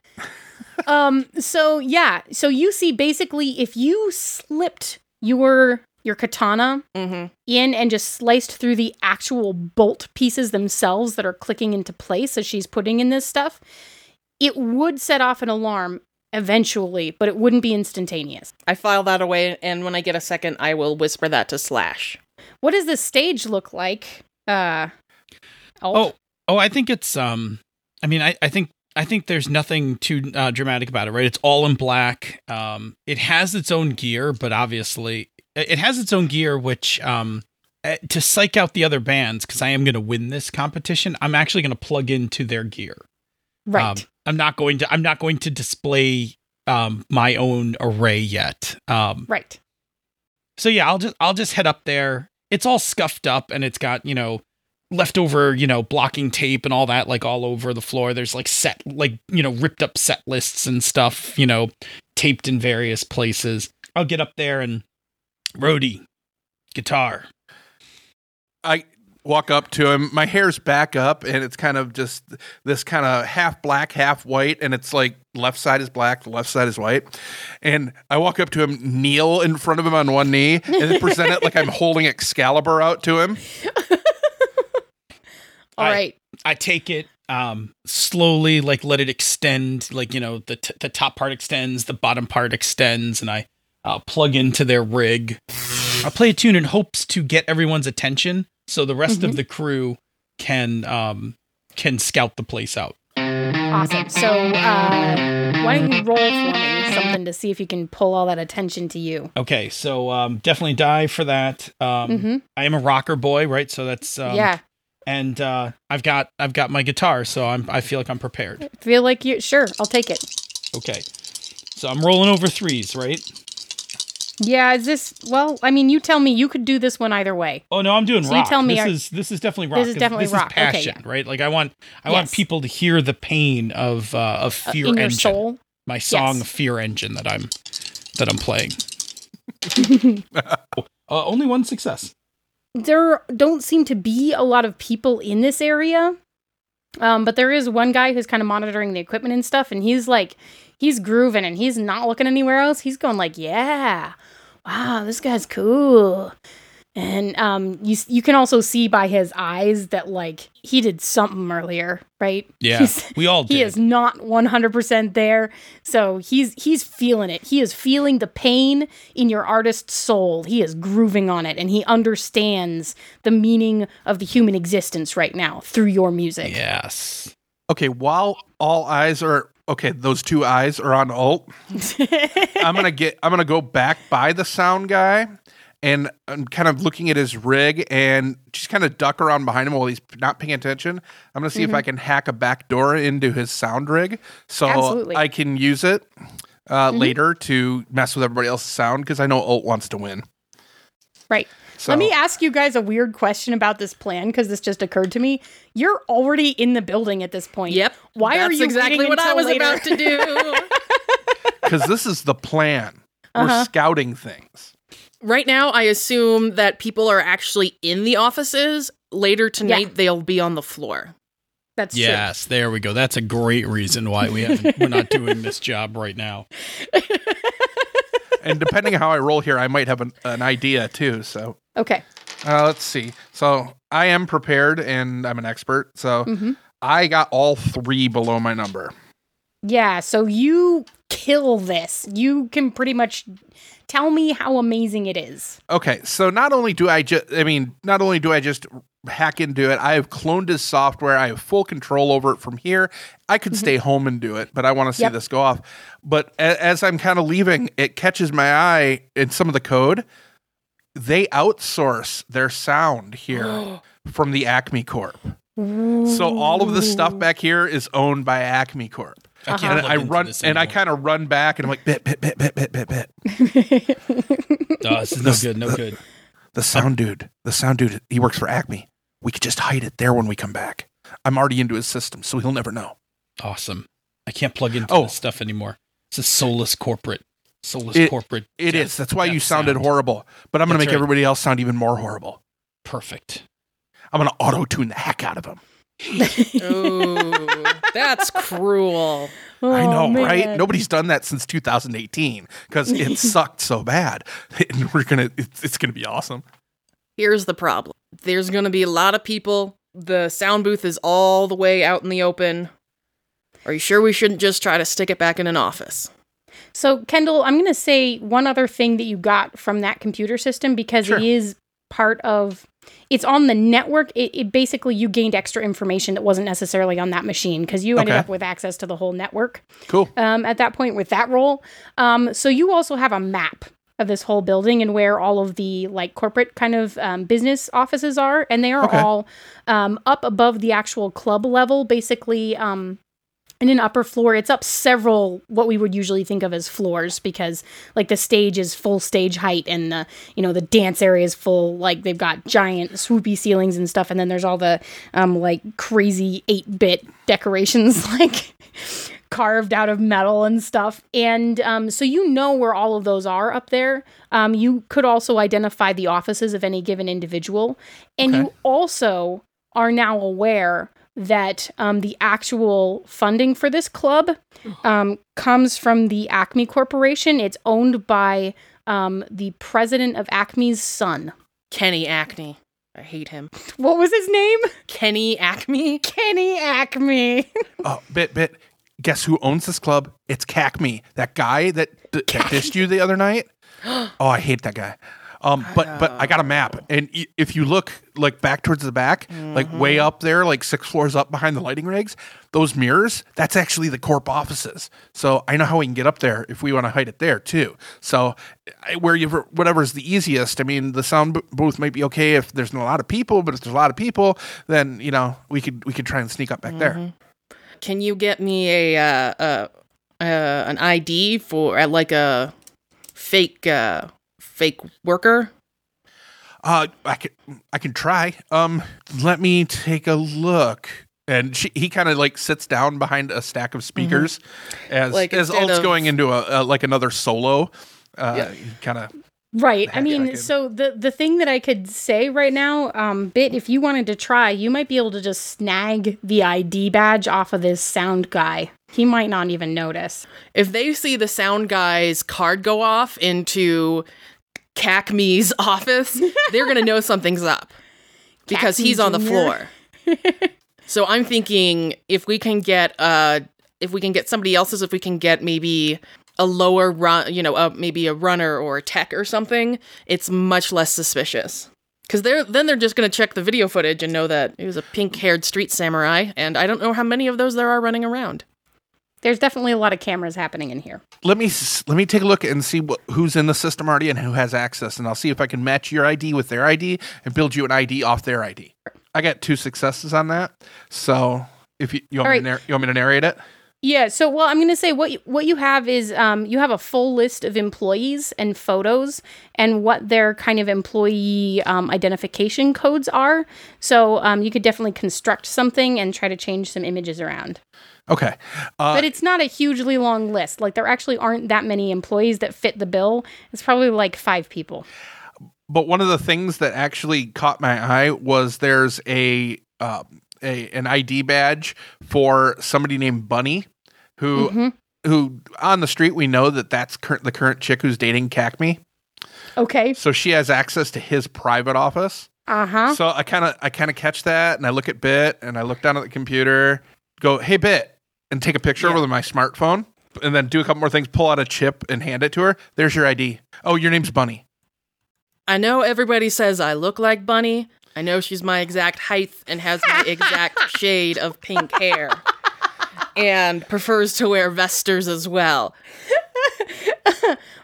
[SPEAKER 3] um. So yeah. So you see, basically, if you slipped your your katana
[SPEAKER 5] Oh.
[SPEAKER 1] Mm-hmm.
[SPEAKER 3] in and just sliced through the actual bolt pieces themselves that are clicking into place as she's putting in this stuff, it would set off an alarm eventually, but it wouldn't be instantaneous.
[SPEAKER 1] I file that away, and when I get a second, I will whisper that to Slash.
[SPEAKER 3] What does the stage look like? Uh,
[SPEAKER 4] Oh, oh, I think it's um I mean I, I think I think there's nothing too uh, dramatic about it, right? It's all in black. Um it has its own gear, but obviously it it has its own gear which um eh, to psych out the other bands cuz I am going to win this competition, I'm actually going to plug into their gear.
[SPEAKER 3] right.
[SPEAKER 4] Um, I'm not going to I'm not going to display um my own array yet. Um
[SPEAKER 3] right.
[SPEAKER 4] so yeah, I'll just I'll just head up there. It's all scuffed up and it's got, you know, leftover, you know, blocking tape and all that, like all over the floor. There's like set, like, you know, ripped up set lists and stuff, you know, taped in various places. I'll get up there and roadie, guitar.
[SPEAKER 5] I walk up to him. My hair's back up, and it's kind of just this kind of half black, half white, and it's like left side is black, the left side is white. And I walk up to him, kneel in front of him on one knee, and then present it like I'm holding Excalibur out to him.
[SPEAKER 3] All
[SPEAKER 4] I-
[SPEAKER 3] right.
[SPEAKER 4] I take it um slowly like let it extend like you know the t- the top part extends the bottom part extends and I uh, plug into their rig. I play a tune in hopes to get everyone's attention so the rest of the crew can um can scout the place out.
[SPEAKER 3] Awesome. So uh, why don't you roll for me something to see if you can pull all that attention to you?
[SPEAKER 4] Okay, so um definitely die for that. Um
[SPEAKER 3] Mhm.
[SPEAKER 4] I am a rocker boy, right? So that's um,
[SPEAKER 3] yeah.
[SPEAKER 4] and uh I've got I've got my guitar so I'm I feel like I'm prepared.
[SPEAKER 3] Feel like you sure, I'll take it.
[SPEAKER 4] Okay. So I'm rolling over threes, right?
[SPEAKER 3] Yeah, is this well, I mean you tell me you could do this one either way.
[SPEAKER 4] Oh no, I'm doing
[SPEAKER 3] So you
[SPEAKER 4] rock.
[SPEAKER 3] tell me
[SPEAKER 4] this
[SPEAKER 3] our-
[SPEAKER 4] is this is definitely rock.
[SPEAKER 3] is definitely rock. Okay,
[SPEAKER 4] passion, right? Like I want I want
[SPEAKER 3] Yes.
[SPEAKER 4] people to hear the pain of uh, of Fear
[SPEAKER 3] In
[SPEAKER 4] Engine.
[SPEAKER 3] your soul.
[SPEAKER 4] My song
[SPEAKER 3] Yes.
[SPEAKER 4] Fear Engine that I'm that I'm playing. uh, only one success.
[SPEAKER 3] There don't seem to be a lot of people in this area. Um, but there is one guy who's kind of monitoring the equipment and stuff, and he's like he's grooving and he's not looking anywhere else. He's going like, Yeah, wow, this guy's cool. And um, you s- you can also see by his eyes that like he did something earlier, right?
[SPEAKER 4] Yeah,
[SPEAKER 3] He's-
[SPEAKER 4] we all did.
[SPEAKER 3] he is not 100% there so he's he's feeling it he is feeling the pain in your artist's soul he is grooving on it and he understands the meaning of the human existence right now through your music
[SPEAKER 4] Yes.
[SPEAKER 5] Okay, while all eyes are okay, those two eyes are on alt. I'm gonna get. I'm gonna go back by the sound guy, and I'm kind of looking at his rig and just kind of duck around behind him while he's not paying attention. I'm gonna see
[SPEAKER 3] Mm-hmm.
[SPEAKER 5] if I can hack a back door into his sound rig so
[SPEAKER 3] Absolutely. Mm-hmm.
[SPEAKER 5] I can use it uh, later to mess with everybody else's sound because I know alt wants to win.
[SPEAKER 3] right
[SPEAKER 5] So
[SPEAKER 3] Let me ask you guys a weird question about this plan because this just occurred to me. You're already in the building at this point.
[SPEAKER 1] Yep.
[SPEAKER 3] Why are
[SPEAKER 1] That's
[SPEAKER 3] you
[SPEAKER 1] exactly
[SPEAKER 3] waiting
[SPEAKER 1] what I
[SPEAKER 3] until
[SPEAKER 1] was
[SPEAKER 3] later?
[SPEAKER 1] about to do?
[SPEAKER 5] because this is the plan.
[SPEAKER 3] Uh-huh.
[SPEAKER 5] We're scouting things.
[SPEAKER 1] right now, I assume that people are actually in the offices. Later tonight, they'll be on the floor.
[SPEAKER 3] That's true.
[SPEAKER 4] Yes, there we go. That's a great reason why we haven't, we're not doing this job right now.
[SPEAKER 5] and depending on how I roll here, I might have an, an idea too. So
[SPEAKER 3] Okay.
[SPEAKER 5] Uh, let's see. So I am prepared and I'm an expert. So I got all three below my number.
[SPEAKER 3] Yeah, so you kill this. You can pretty much tell me how amazing it is.
[SPEAKER 5] Okay. So not only do I just, I mean, not only do I just hack into it, I have cloned his software. I have full control over it from here. I could stay home and do it, but I want to see
[SPEAKER 3] Yep.
[SPEAKER 5] this go off. But a- as I'm kind of leaving, it catches my eye in some of the code. They outsource their sound here from the Acme Corp. So all of the stuff back here is owned by Acme Corp.
[SPEAKER 3] Uh-huh.
[SPEAKER 4] I can't
[SPEAKER 5] and
[SPEAKER 4] plug
[SPEAKER 5] I
[SPEAKER 4] into
[SPEAKER 5] run
[SPEAKER 4] this
[SPEAKER 5] and I
[SPEAKER 4] anymore.
[SPEAKER 5] kind of run back and I'm like bit bit bit bit bit bit bit.
[SPEAKER 4] Oh, this is no good. No good.
[SPEAKER 5] The sound dude, the sound dude, he works for Acme. We could just hide it there when we come back. I'm already into his system, so he'll never know.
[SPEAKER 4] Awesome. I can't plug into
[SPEAKER 5] Oh.
[SPEAKER 4] this stuff anymore. It's a soulless corporate. Soulless
[SPEAKER 5] It-
[SPEAKER 4] corporate.
[SPEAKER 5] It is.
[SPEAKER 4] death-
[SPEAKER 5] That's why you
[SPEAKER 4] death
[SPEAKER 5] sounded
[SPEAKER 4] sound.
[SPEAKER 5] horrible. But I'm gonna
[SPEAKER 4] That's
[SPEAKER 5] make
[SPEAKER 4] right.
[SPEAKER 5] everybody else sound even more horrible.
[SPEAKER 4] Perfect.
[SPEAKER 5] I'm gonna auto tune the heck out of him.
[SPEAKER 1] Oh, that's cruel.
[SPEAKER 5] I know,
[SPEAKER 3] Oh,
[SPEAKER 5] right?
[SPEAKER 3] man.
[SPEAKER 5] Nobody's done that since 2018 because it sucked so bad. And we're gonna, it's, it's gonna be awesome.
[SPEAKER 1] Here's the problem there's going to be a lot of people. The sound booth is all the way out in the open. Are you sure we shouldn't just try to stick it back in an office?
[SPEAKER 3] So, Kendall, I'm going to say one other thing that you got from that computer system because
[SPEAKER 5] Sure.
[SPEAKER 3] it is part of it's on the network. It, it basically you gained extra information that wasn't necessarily on that machine because you ended
[SPEAKER 5] Okay.
[SPEAKER 3] up with access to the whole network.
[SPEAKER 5] Cool.
[SPEAKER 3] um, at that point with that role. Um, so you also have a map of this whole building and where all of the like corporate kind of um, business offices are, and they are
[SPEAKER 5] Okay.
[SPEAKER 3] all um, up above the actual club level, basically. Um, and an upper floor. It's up several what we would usually think of as floors because like the stage is full stage height and the you know the dance area is full like they've got giant swoopy ceilings and stuff and then there's all the um like crazy 8-bit decorations like carved out of metal and stuff. And um, so you know where all of those are up there. Um, you could also identify the offices of any given individual. And you also are now aware that um, the actual funding for this club um, comes from the Acme Corporation. It's owned by um, the president of Acme's son.
[SPEAKER 1] Kenny Acne. I hate him.
[SPEAKER 3] What was his name?
[SPEAKER 1] Kenny Acme?
[SPEAKER 3] Kenny Acme.
[SPEAKER 5] Oh, bit bit. Guess who owns this club? It's Cacme, that guy that d- that dissed you the other night. Oh, I hate that guy. Um, but but I got a map, and y- if you look like back towards the back, like way up there, like six floors up behind the lighting rigs, those mirrors, that's actually the corp offices. So I know how we can get up there if we want to hide it there too. So I- where you whatever's the easiest. I mean, the sound bo- booth might be okay if there's not a lot of people, but if there's a lot of people, then you know we could we could try and sneak up back there.
[SPEAKER 1] Mm-hmm. Can you get me a uh, uh, uh, an ID for uh, like a fake uh, fake worker?
[SPEAKER 5] Uh, I can I can try. Um, let me take a look. And she, he kind of like sits down behind a stack of speakers, as
[SPEAKER 1] Mm-hmm. Like,
[SPEAKER 5] as
[SPEAKER 1] instead
[SPEAKER 5] Alt's
[SPEAKER 1] of-
[SPEAKER 5] going into a, a like another solo. Uh,
[SPEAKER 1] Yeah.
[SPEAKER 5] kind of
[SPEAKER 3] Right. I
[SPEAKER 5] Heck, I
[SPEAKER 3] mean,
[SPEAKER 5] can-
[SPEAKER 3] so the the thing that I could say right now, um, Bit, if you wanted to try, you might be able to just snag the ID badge off of this sound guy. He might not even notice.
[SPEAKER 1] If they see the sound guy's card go off into Cacme's office, they're gonna know something's up because
[SPEAKER 3] Cacme
[SPEAKER 1] he's on the
[SPEAKER 3] Jr..
[SPEAKER 1] floor. so I'm thinking if we can get uh if we can get somebody else's, if we can get maybe a lower run, you know, uh, maybe a runner or a tech or something, it's much less suspicious. Because they're then they're just gonna check the video footage and know that it was a pink-haired street samurai, and I don't know how many of those there are running around.
[SPEAKER 3] There's definitely a lot of cameras happening in here.
[SPEAKER 5] let me s- let me take a look and see what, who's in the system already and who has access, and I'll see if I can match your ID with their ID and build you an ID off their ID. I got two successes on that. So if you, you want
[SPEAKER 3] All
[SPEAKER 5] me to narr- you want me to narrate it,
[SPEAKER 3] Yeah. So, well, I'm going to say what you, what you have is um, you have a full list of employees and photos and what their kind of employee um, identification codes are. So, um, you could definitely construct something and try to change some images around.
[SPEAKER 5] okay. Uh,
[SPEAKER 3] but it's not a hugely long list. Like there actually aren't that many employees that fit the bill. It's probably like five people.
[SPEAKER 5] but one of the things that actually caught my eye was there's a uh, a an ID badge for somebody named Bunny, who who on the street we know that that's current the current chick who's dating Cacme,
[SPEAKER 3] Okay.
[SPEAKER 5] so she has access to his private office.
[SPEAKER 3] Uh huh.
[SPEAKER 5] So I kind of I kind of catch that, and I look at Bit, and I look down at the computer, go, "Hey Bit," and take a picture with my smartphone, and then do a couple more things, pull out a chip, and hand it to her. There's your ID. Oh, your name's Bunny.
[SPEAKER 1] I know everybody says I look like Bunny. I know she's my exact height and has my exact shade of pink hair. And prefers to wear vesters as well.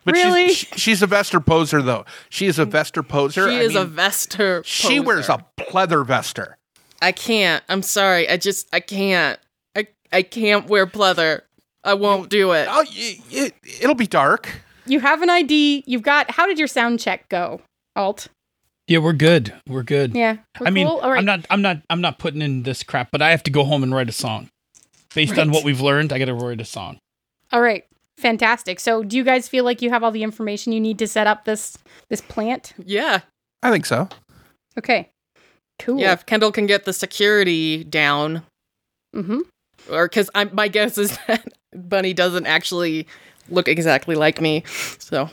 [SPEAKER 5] But
[SPEAKER 3] Really?
[SPEAKER 5] she's, sh- she's a Vester poser, though. She is a Vester poser.
[SPEAKER 1] she
[SPEAKER 5] I
[SPEAKER 1] is a
[SPEAKER 5] mean,
[SPEAKER 1] vester.
[SPEAKER 5] She wears
[SPEAKER 1] poser.
[SPEAKER 5] a pleather Vester.
[SPEAKER 1] I can't. I'm sorry. I just. I can't. I. I can't wear pleather. I won't do it.
[SPEAKER 5] Oh, y- y- it'll be dark.
[SPEAKER 3] You have an ID. You've got. How did your sound check go? Alt.
[SPEAKER 4] Yeah, we're good. We're good.
[SPEAKER 3] Yeah.
[SPEAKER 4] I mean,
[SPEAKER 3] Cool? All right.
[SPEAKER 4] I'm not, I'm not, I'm not putting in this crap, but I have to go home and write a song. Based on
[SPEAKER 3] Right.
[SPEAKER 4] what we've learned, I got to write a song.
[SPEAKER 3] All right. Fantastic. So, do you guys feel like you have all the information you need to set up this this plant?
[SPEAKER 1] Yeah.
[SPEAKER 5] I think so.
[SPEAKER 3] Okay. Cool.
[SPEAKER 1] Yeah. If Kendall can get the security down,
[SPEAKER 3] Mm-hmm.
[SPEAKER 1] or because my guess is that Bunny doesn't actually look exactly like me. So.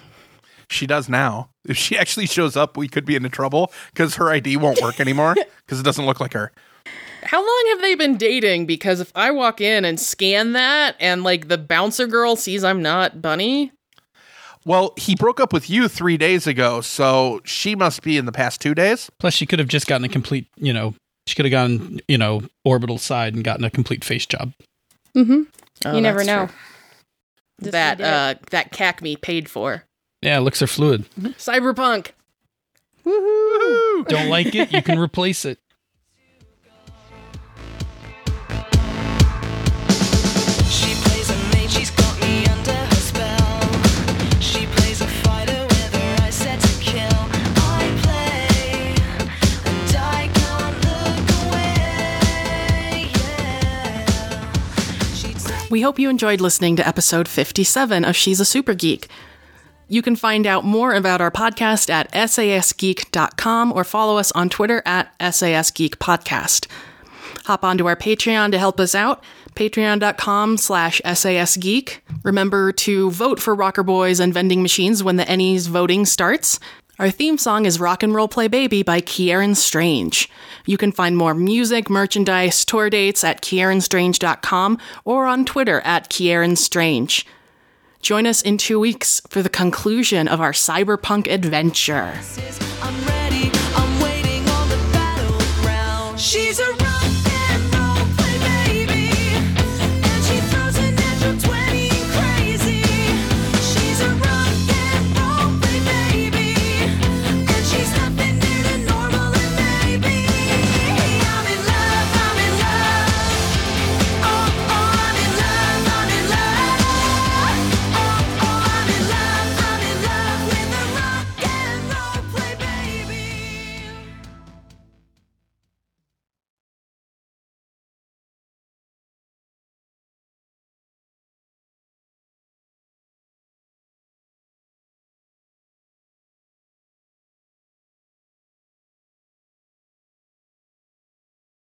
[SPEAKER 5] She does now. If she actually shows up, we could be into trouble because her ID won't work anymore because it doesn't look like her.
[SPEAKER 1] How long have they been dating? Because if I walk in and scan that and like the bouncer girl sees I'm not Bunny,
[SPEAKER 5] Well, he broke up with you three days ago, so she must be in the past two days.
[SPEAKER 4] Plus, she could have just gotten a complete, you know, she could have gone, you know, orbital side and gotten a complete face job.
[SPEAKER 3] Mm-hmm.
[SPEAKER 1] Oh,
[SPEAKER 3] you never
[SPEAKER 1] that's
[SPEAKER 3] know.
[SPEAKER 1] true.
[SPEAKER 3] Just
[SPEAKER 1] that
[SPEAKER 3] redid it.
[SPEAKER 1] uh that Cacme paid for.
[SPEAKER 4] Yeah, looks are fluid.
[SPEAKER 1] Cyberpunk.
[SPEAKER 5] Woohoo!
[SPEAKER 4] Don't like it? You can replace it.
[SPEAKER 1] We hope you enjoyed listening to episode 57 of She's a Super Geek. You can find out more about our podcast at sasgeek.com or follow us on Twitter at sasgeekpodcast. Hop onto our Patreon to help us out, patreon.com slash sasgeek. Remember to vote for Rocker Boys and Vending Machines when the Ennies voting starts. Our theme song is Rock and Roll Play Baby by Kieran Strange. You can find more music, merchandise, tour dates at kieranstrange.com or on Twitter at Kieran Strange. Join us in two weeks for the conclusion of our cyberpunk adventure.
[SPEAKER 2] I'm ready.